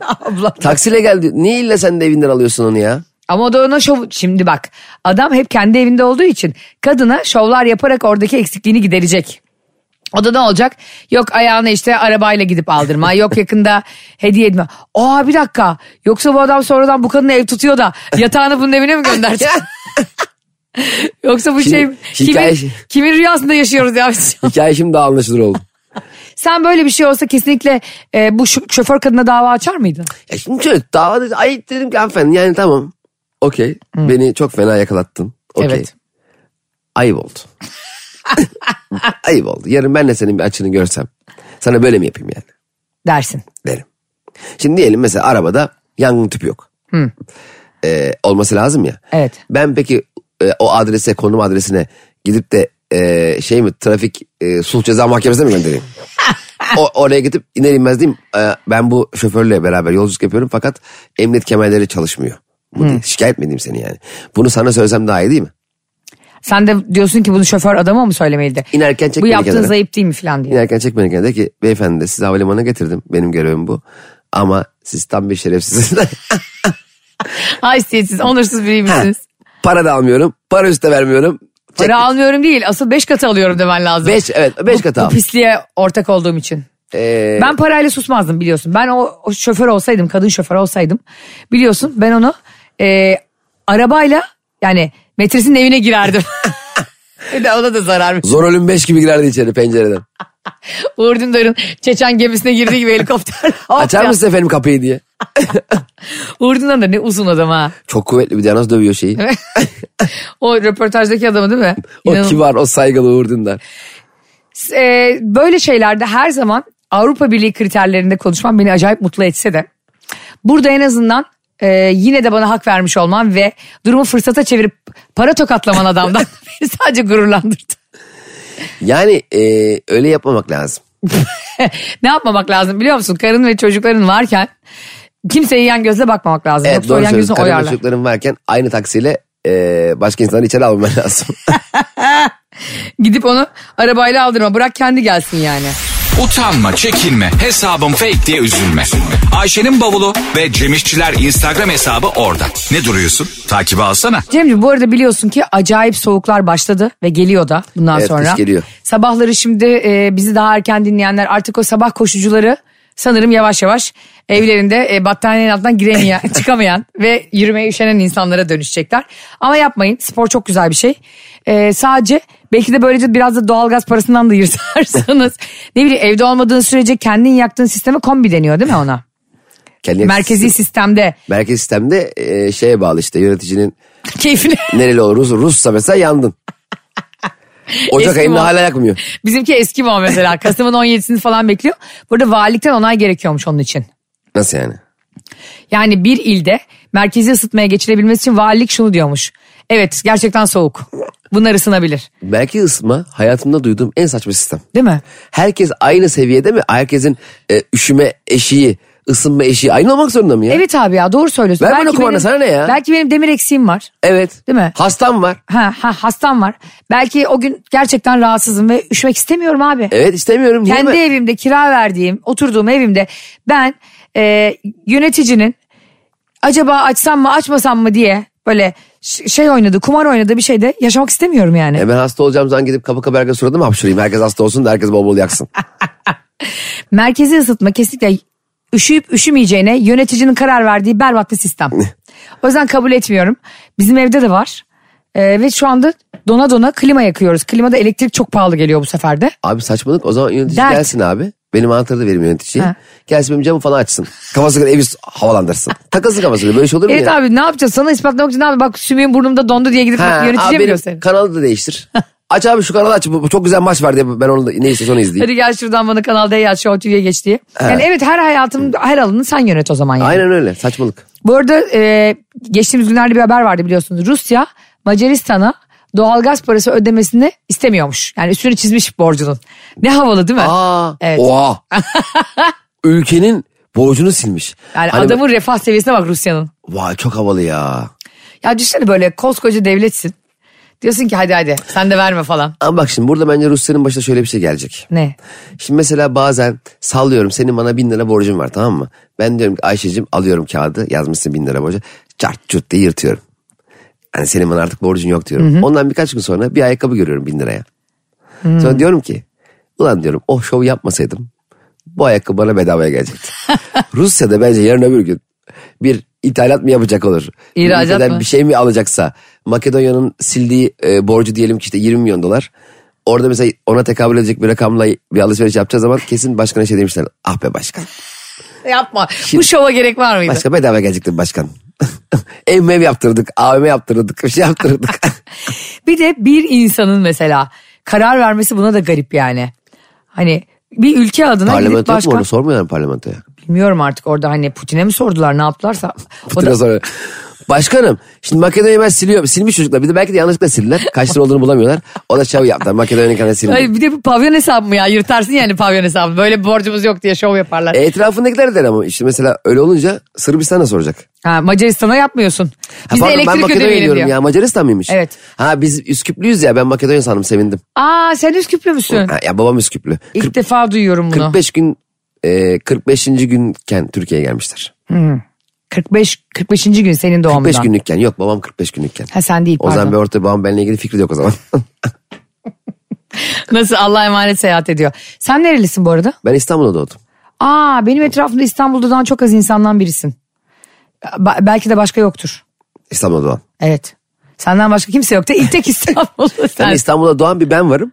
Speaker 2: Abla.
Speaker 3: Taksiyle gel diyor. Niye illa sen de evinden alıyorsun onu ya?
Speaker 2: Ama o da ona şov... Şimdi bak adam hep kendi evinde olduğu için kadına şovlar yaparak oradaki eksikliğini giderecek. O da ne olacak? Yok ayağını işte arabayla gidip aldırma. Yok yakında hediye etme. Aa bir dakika. Yoksa bu adam sonradan bu kadını ev tutuyor da yatağını bunun evine mi gönderdi? Yoksa bu şey
Speaker 3: hikaye-
Speaker 2: kimin, kimin rüyasında yaşıyoruz ya? biz?
Speaker 3: Hikaye şimdi daha anlaşılır oldu.
Speaker 2: Sen böyle bir şey olsa kesinlikle e, bu şo- şoför kadına dava açar mıydın?
Speaker 3: Ya şimdi şöyle dava dedi. Ay dedim ki hanımefendi yani tamam. Okey. Beni çok fena yakalattın. Okey.
Speaker 2: Evet.
Speaker 3: Ayıp oldu. Ayıp oldu. Yarın ben de senin bir açını görsem. Sana böyle mi yapayım yani?
Speaker 2: Dersin.
Speaker 3: Derim. Şimdi diyelim mesela arabada yangın tüpü yok. Ee, olması lazım ya.
Speaker 2: Evet.
Speaker 3: Ben peki e, o adrese konum adresine gidip de e, şey mi trafik e, sulh ceza mahkemesine mi göndereyim? o, oraya gidip iner inmez diyeyim e, ben bu şoförle beraber yolculuk yapıyorum fakat emniyet kemerleri çalışmıyor. Bu değil. Şikayet mi edeyim seni yani? Bunu sana söylesem daha iyi değil mi?
Speaker 2: Sen de diyorsun ki bunu şoför adama mı söylemeliydi?
Speaker 3: İnerken çek
Speaker 2: Bu
Speaker 3: beni
Speaker 2: yaptığın
Speaker 3: kenara.
Speaker 2: zayıf değil mi falan diye.
Speaker 3: İnerken çekmeden geldi ki beyefendi de sizi havalimanına getirdim. Benim görevim bu. Ama siz tam bir şerefsizsiniz.
Speaker 2: Haysiyetsiz, onursuz biriymişsiniz.
Speaker 3: Para da almıyorum. Para üstü de vermiyorum. Çek.
Speaker 2: Para almıyorum değil, asıl beş katı alıyorum demen lazım.
Speaker 3: Beş, evet beş katı
Speaker 2: Bu
Speaker 3: al.
Speaker 2: pisliğe ortak olduğum için.
Speaker 3: Ee,
Speaker 2: Ben parayla susmazdım biliyorsun. Ben o, o şoför olsaydım, kadın şoför olsaydım biliyorsun ben onu e, arabayla yani metresin evine girerdim. Bir de ona da zarar ver-
Speaker 3: Zor ölüm beş gibi girerdi içeri pencereden.
Speaker 2: Uğur Dündar'ın Çeçen gemisine girdiği gibi helikopter. Hop
Speaker 3: Açar
Speaker 2: ya.
Speaker 3: mısın efendim kapıyı diye.
Speaker 2: Uğur Dündar da ne uzun adam ha.
Speaker 3: Çok kuvvetli bir de nasıl dövüyor şeyi.
Speaker 2: o röportajdaki adamı değil mi?
Speaker 3: o
Speaker 2: İnanılmaz.
Speaker 3: kibar, o saygılı Uğur Dündar.
Speaker 2: e, böyle şeylerde her zaman Avrupa Birliği kriterlerinde konuşmam beni acayip mutlu etse de burada en azından e, yine de bana hak vermiş olman ve durumu fırsata çevirip para tokatlaman adamdan beni sadece gururlandırdı.
Speaker 3: Yani e, öyle yapmamak lazım.
Speaker 2: ne yapmamak lazım biliyor musun? Karın ve çocukların varken kimseye yan gözle bakmamak lazım.
Speaker 3: Evet
Speaker 2: Yoksa o
Speaker 3: doğru
Speaker 2: yan gözünü
Speaker 3: söylüyorsun. Karın ve
Speaker 2: oyarlar.
Speaker 3: çocukların varken aynı taksiyle e, başka insanları içeri almaman lazım.
Speaker 2: Gidip onu arabayla aldırma bırak kendi gelsin yani.
Speaker 1: Utanma, çekinme, hesabım fake diye üzülme. Ayşe'nin bavulu ve Cemişçiler Instagram hesabı orada. Ne duruyorsun? Takibi alsana.
Speaker 2: Cemciğim bu arada biliyorsun ki acayip soğuklar başladı ve geliyor da bundan
Speaker 3: Evet,
Speaker 2: sonra.
Speaker 3: kış geliyor.
Speaker 2: Sabahları şimdi e, bizi daha erken dinleyenler artık o sabah koşucuları sanırım yavaş yavaş evlerinde e, battaniyenin altından giremeyen, çıkamayan ve yürümeye üşenen insanlara dönüşecekler. Ama yapmayın spor çok güzel bir şey. E, sadece belki de böylece biraz da doğalgaz parasından da yırtarsınız. ne bileyim evde olmadığın sürece kendin yaktığın sisteme kombi deniyor değil mi ona?
Speaker 3: Kendi
Speaker 2: Merkezi sistemde
Speaker 3: Merkez sistemde e, şeye bağlı işte yöneticinin
Speaker 2: keyfine.
Speaker 3: nereli o Rus, Rus'sa mesela yandın. Ocak
Speaker 2: Eski
Speaker 3: ayında
Speaker 2: muhabbet.
Speaker 3: hala yakmıyor.
Speaker 2: Bizimki eski bu mesela. Kasım'ın 17'sini falan bekliyor. Burada valilikten onay gerekiyormuş onun için.
Speaker 3: Nasıl yani?
Speaker 2: Yani bir ilde merkezi ısıtmaya geçirebilmesi için valilik şunu diyormuş. Evet gerçekten soğuk. Bunlar ısınabilir.
Speaker 3: Merkez ısıtma hayatımda duyduğum en saçma sistem.
Speaker 2: Değil mi?
Speaker 3: Herkes aynı seviyede mi? Herkesin e, üşüme eşiği, ısınma eşiği aynı olmak zorunda mı ya?
Speaker 2: Evet abi ya doğru söylüyorsun.
Speaker 3: Ver bana
Speaker 2: Belki
Speaker 3: kumanda,
Speaker 2: benim-
Speaker 3: sana ne ya?
Speaker 2: Belki benim demir eksiğim var.
Speaker 3: Evet.
Speaker 2: Değil mi?
Speaker 3: Hastam var.
Speaker 2: Ha, ha hastam var. Belki o gün gerçekten rahatsızım ve üşümek istemiyorum abi.
Speaker 3: Evet istemiyorum. Niye
Speaker 2: Kendi
Speaker 3: mi?
Speaker 2: evimde kira verdiğim, oturduğum evimde ben e, yöneticinin acaba açsam mı açmasam mı diye böyle ş- şey oynadı, kumar oynadı bir şeyde yaşamak istemiyorum yani.
Speaker 3: E ben hasta olacağım zaman gidip kapı kapı herkes suratımı hapşırayım. Herkes hasta olsun da herkes bol bol yaksın.
Speaker 2: Merkezi ısıtma kesinlikle üşüyüp üşümeyeceğine yöneticinin karar verdiği berbat bir sistem. o yüzden kabul etmiyorum. Bizim evde de var. E, ve şu anda dona dona klima yakıyoruz. Klimada elektrik çok pahalı geliyor bu sefer de.
Speaker 3: Abi saçmalık o zaman yönetici
Speaker 2: Dert.
Speaker 3: gelsin abi. Benim anahtarı da vereyim yöneticiye.
Speaker 2: Ha.
Speaker 3: Gelsin benim camı falan açsın. Kafasına göre evi havalandırsın. Takılsın kafasına göre. Böyle şey olur mu
Speaker 2: Evet
Speaker 3: ya?
Speaker 2: abi ne yapacağız? Sana ispatlamak için ne yapayım? Bak sümüğüm burnumda dondu diye gidip
Speaker 3: Ha,
Speaker 2: yöneticiye
Speaker 3: abi
Speaker 2: mi
Speaker 3: benim
Speaker 2: gösterin?
Speaker 3: Kanalı da değiştir. aç abi şu kanalı aç. Bu, bu çok güzel maç var diye ben onu da, neyse onu izleyeyim.
Speaker 2: Hadi gel şuradan bana Kanal D'ye aç Show TV'ye geç diye. Yani evet her hayatım her alanını sen yönet o zaman yani.
Speaker 3: Aynen öyle saçmalık.
Speaker 2: Bu arada e, geçtiğimiz günlerde bir haber vardı biliyorsunuz. Rusya Macaristan'a doğalgaz parası ödemesini istemiyormuş. Yani üstünü çizmiş borcunun. Ne havalı değil mi?
Speaker 3: Aa,
Speaker 2: Ah, Evet.
Speaker 3: Oha. Ülkenin borcunu silmiş.
Speaker 2: yani
Speaker 3: Hani-
Speaker 2: adamın refah seviyesine bak Rusya'nın.
Speaker 3: Vay çok havalı ya.
Speaker 2: Ya düşünsene böyle koskoca devletsin. Diyorsun ki hadi hadi sen de verme falan.
Speaker 3: Ama bak şimdi burada bence Rusya'nın başına şöyle bir şey gelecek.
Speaker 2: Ne?
Speaker 3: Şimdi mesela bazen sallıyorum senin bana bin lira borcun var tamam mı? Ben diyorum ki Ayşe'cim alıyorum kağıdı yazmışsın bin lira borcu. Çart çut diye yırtıyorum. Yani Hani senin bana artık borcun yok diyorum. Ondan birkaç gün sonra bir ayakkabı görüyorum bin liraya. Sonra diyorum ki ulan diyorum o şov yapmasaydım bu ayakkabı bana bedavaya gelecekti. Rusya'da bence yarın öbür gün bir ithalat mı yapacak olur? Bir
Speaker 2: İhracat
Speaker 3: ülkeden
Speaker 2: mı?
Speaker 3: Bir şey mi alacaksa Makedonya'nın sildiği e, borcu diyelim ki işte 20 milyon dolar. Orada mesela ona tekabül edecek bir rakamla bir alışveriş yapacağı zaman kesin başkana şey demişler. Ah be başkan.
Speaker 2: Yapma. Bu şova gerek var mıydı?
Speaker 3: Başka bedava gelecekti başkan. ev mev yaptırdık, AVM yaptırdık, bir şey yaptırdık.
Speaker 2: Bir de bir insanın mesela karar vermesi buna da garip yani. Hani bir ülke adına gidip
Speaker 3: parlamento yok mu
Speaker 2: başkan
Speaker 3: onu sormuyorlar mı parlamentoya?
Speaker 2: bilmiyorum artık orada hani Putin'e mi sordular ne yaptılarsa. O da,
Speaker 3: Fıtır'a soruyor. Başkanım şimdi Makedonya'yı ben siliyorum. Silmiş çocuklar. Bir de belki de yanlışlıkla sildiler. Kaç lira olduğunu bulamıyorlar. O da şov yaptı. Makedonya'nın kanı sildi.
Speaker 2: Ay bir de bu pavyon hesabı mı ya yırtarsın yani pavyon hesabı böyle bir borcumuz yok diye şov yaparlar.
Speaker 3: E, etrafındakiler der ama işte mesela öyle olunca Sırbistan'a soracak.
Speaker 2: ha, Macaristan'a yapmıyorsun.
Speaker 3: Ha,
Speaker 2: Biz de
Speaker 3: pardon, ben
Speaker 2: elektrik
Speaker 3: Makedonya
Speaker 2: ödemeyelim
Speaker 3: diyorum
Speaker 2: diyor.
Speaker 3: ya Macaristan mıymış?
Speaker 2: Evet.
Speaker 3: Ha biz Üsküplüyüz ya ben Makedonya sandım sevindim.
Speaker 2: Aa sen Üsküplü müsün?
Speaker 3: Ha, ya babam Üsküplü.
Speaker 2: İlk
Speaker 3: Kırk-
Speaker 2: defa duyuyorum bunu.
Speaker 3: 45 gün e, 45. günken Türkiye'ye gelmişler.
Speaker 2: 45, 45. gün senin
Speaker 3: 45
Speaker 2: doğumundan.
Speaker 3: günlükken yok babam 45 günlükken.
Speaker 2: Ha sen değil
Speaker 3: o zaman bir
Speaker 2: pardon.
Speaker 3: orta babam benimle ilgili fikri de yok o zaman.
Speaker 2: Nasıl Allah'a emanet seyahat ediyor. Sen nerelisin bu arada?
Speaker 3: ben İstanbul'da doğdum.
Speaker 2: Aa benim etrafımda İstanbul'dan çok az insandan birisin. Ba- belki de başka yoktur.
Speaker 3: İstanbul'da doğan.
Speaker 2: Evet. Senden başka kimse yok. da İlk tek İstanbul'da
Speaker 3: Yani
Speaker 2: sen.
Speaker 3: İstanbul'da doğan bir ben varım.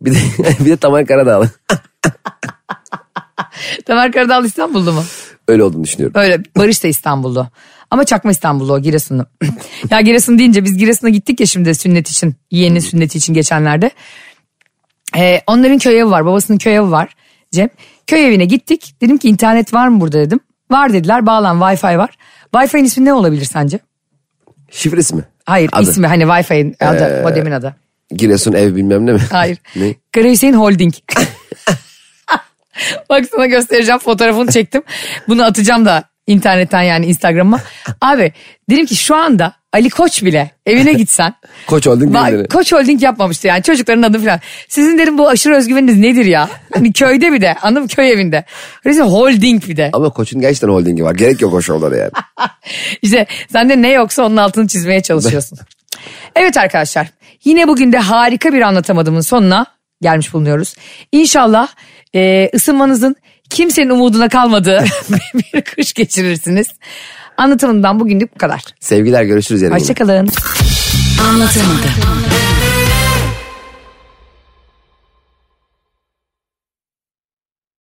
Speaker 3: Bir de, bir de Tamer Karadağlı.
Speaker 2: Tamer Karadağlı İstanbul'da mı?
Speaker 3: Öyle olduğunu düşünüyorum.
Speaker 2: Öyle. Barış da İstanbul'da. Ama çakma İstanbul'da o Giresun'da. ya Giresun deyince biz Giresun'a gittik ya şimdi sünnet için. Yeğenin sünneti için geçenlerde. Ee, onların köy evi var. Babasının köy evi var. Cem. Köy evine gittik. Dedim ki internet var mı burada dedim. Var dediler. Bağlan Wi-Fi var. Wi-Fi'nin ismi ne olabilir sence?
Speaker 3: Şifresi mi?
Speaker 2: Hayır
Speaker 3: Adı.
Speaker 2: ismi hani Wi-Fi'nin adı. modemin adı.
Speaker 3: Giresun ev bilmem ne mi?
Speaker 2: Hayır.
Speaker 3: ne?
Speaker 2: Kara Hüseyin Holding. Bak sana göstereceğim fotoğrafını çektim. Bunu atacağım da internetten yani Instagram'a. Abi dedim ki şu anda Ali Koç bile evine gitsen.
Speaker 3: Koç Holding
Speaker 2: Ba-
Speaker 3: birileri.
Speaker 2: Koç Holding yapmamıştı yani çocukların adı falan. Sizin dedim bu aşırı özgüveniniz nedir ya? Hani köyde bir de anladın mı köy evinde. Öyleyse holding bir de.
Speaker 3: Ama Koç'un gerçekten holdingi var. Gerek yok o şovlara yani.
Speaker 2: İşte sende ne yoksa onun altını çizmeye çalışıyorsun. Evet arkadaşlar yine bugün de harika bir anlatamadığımın sonuna gelmiş bulunuyoruz. İnşallah e, ısınmanızın kimsenin umuduna kalmadığı bir kış geçirirsiniz. Anlatımından bugünlük bu kadar.
Speaker 3: Sevgiler görüşürüz yarın. yine.
Speaker 2: Hoşçakalın.
Speaker 4: Anlatamadım.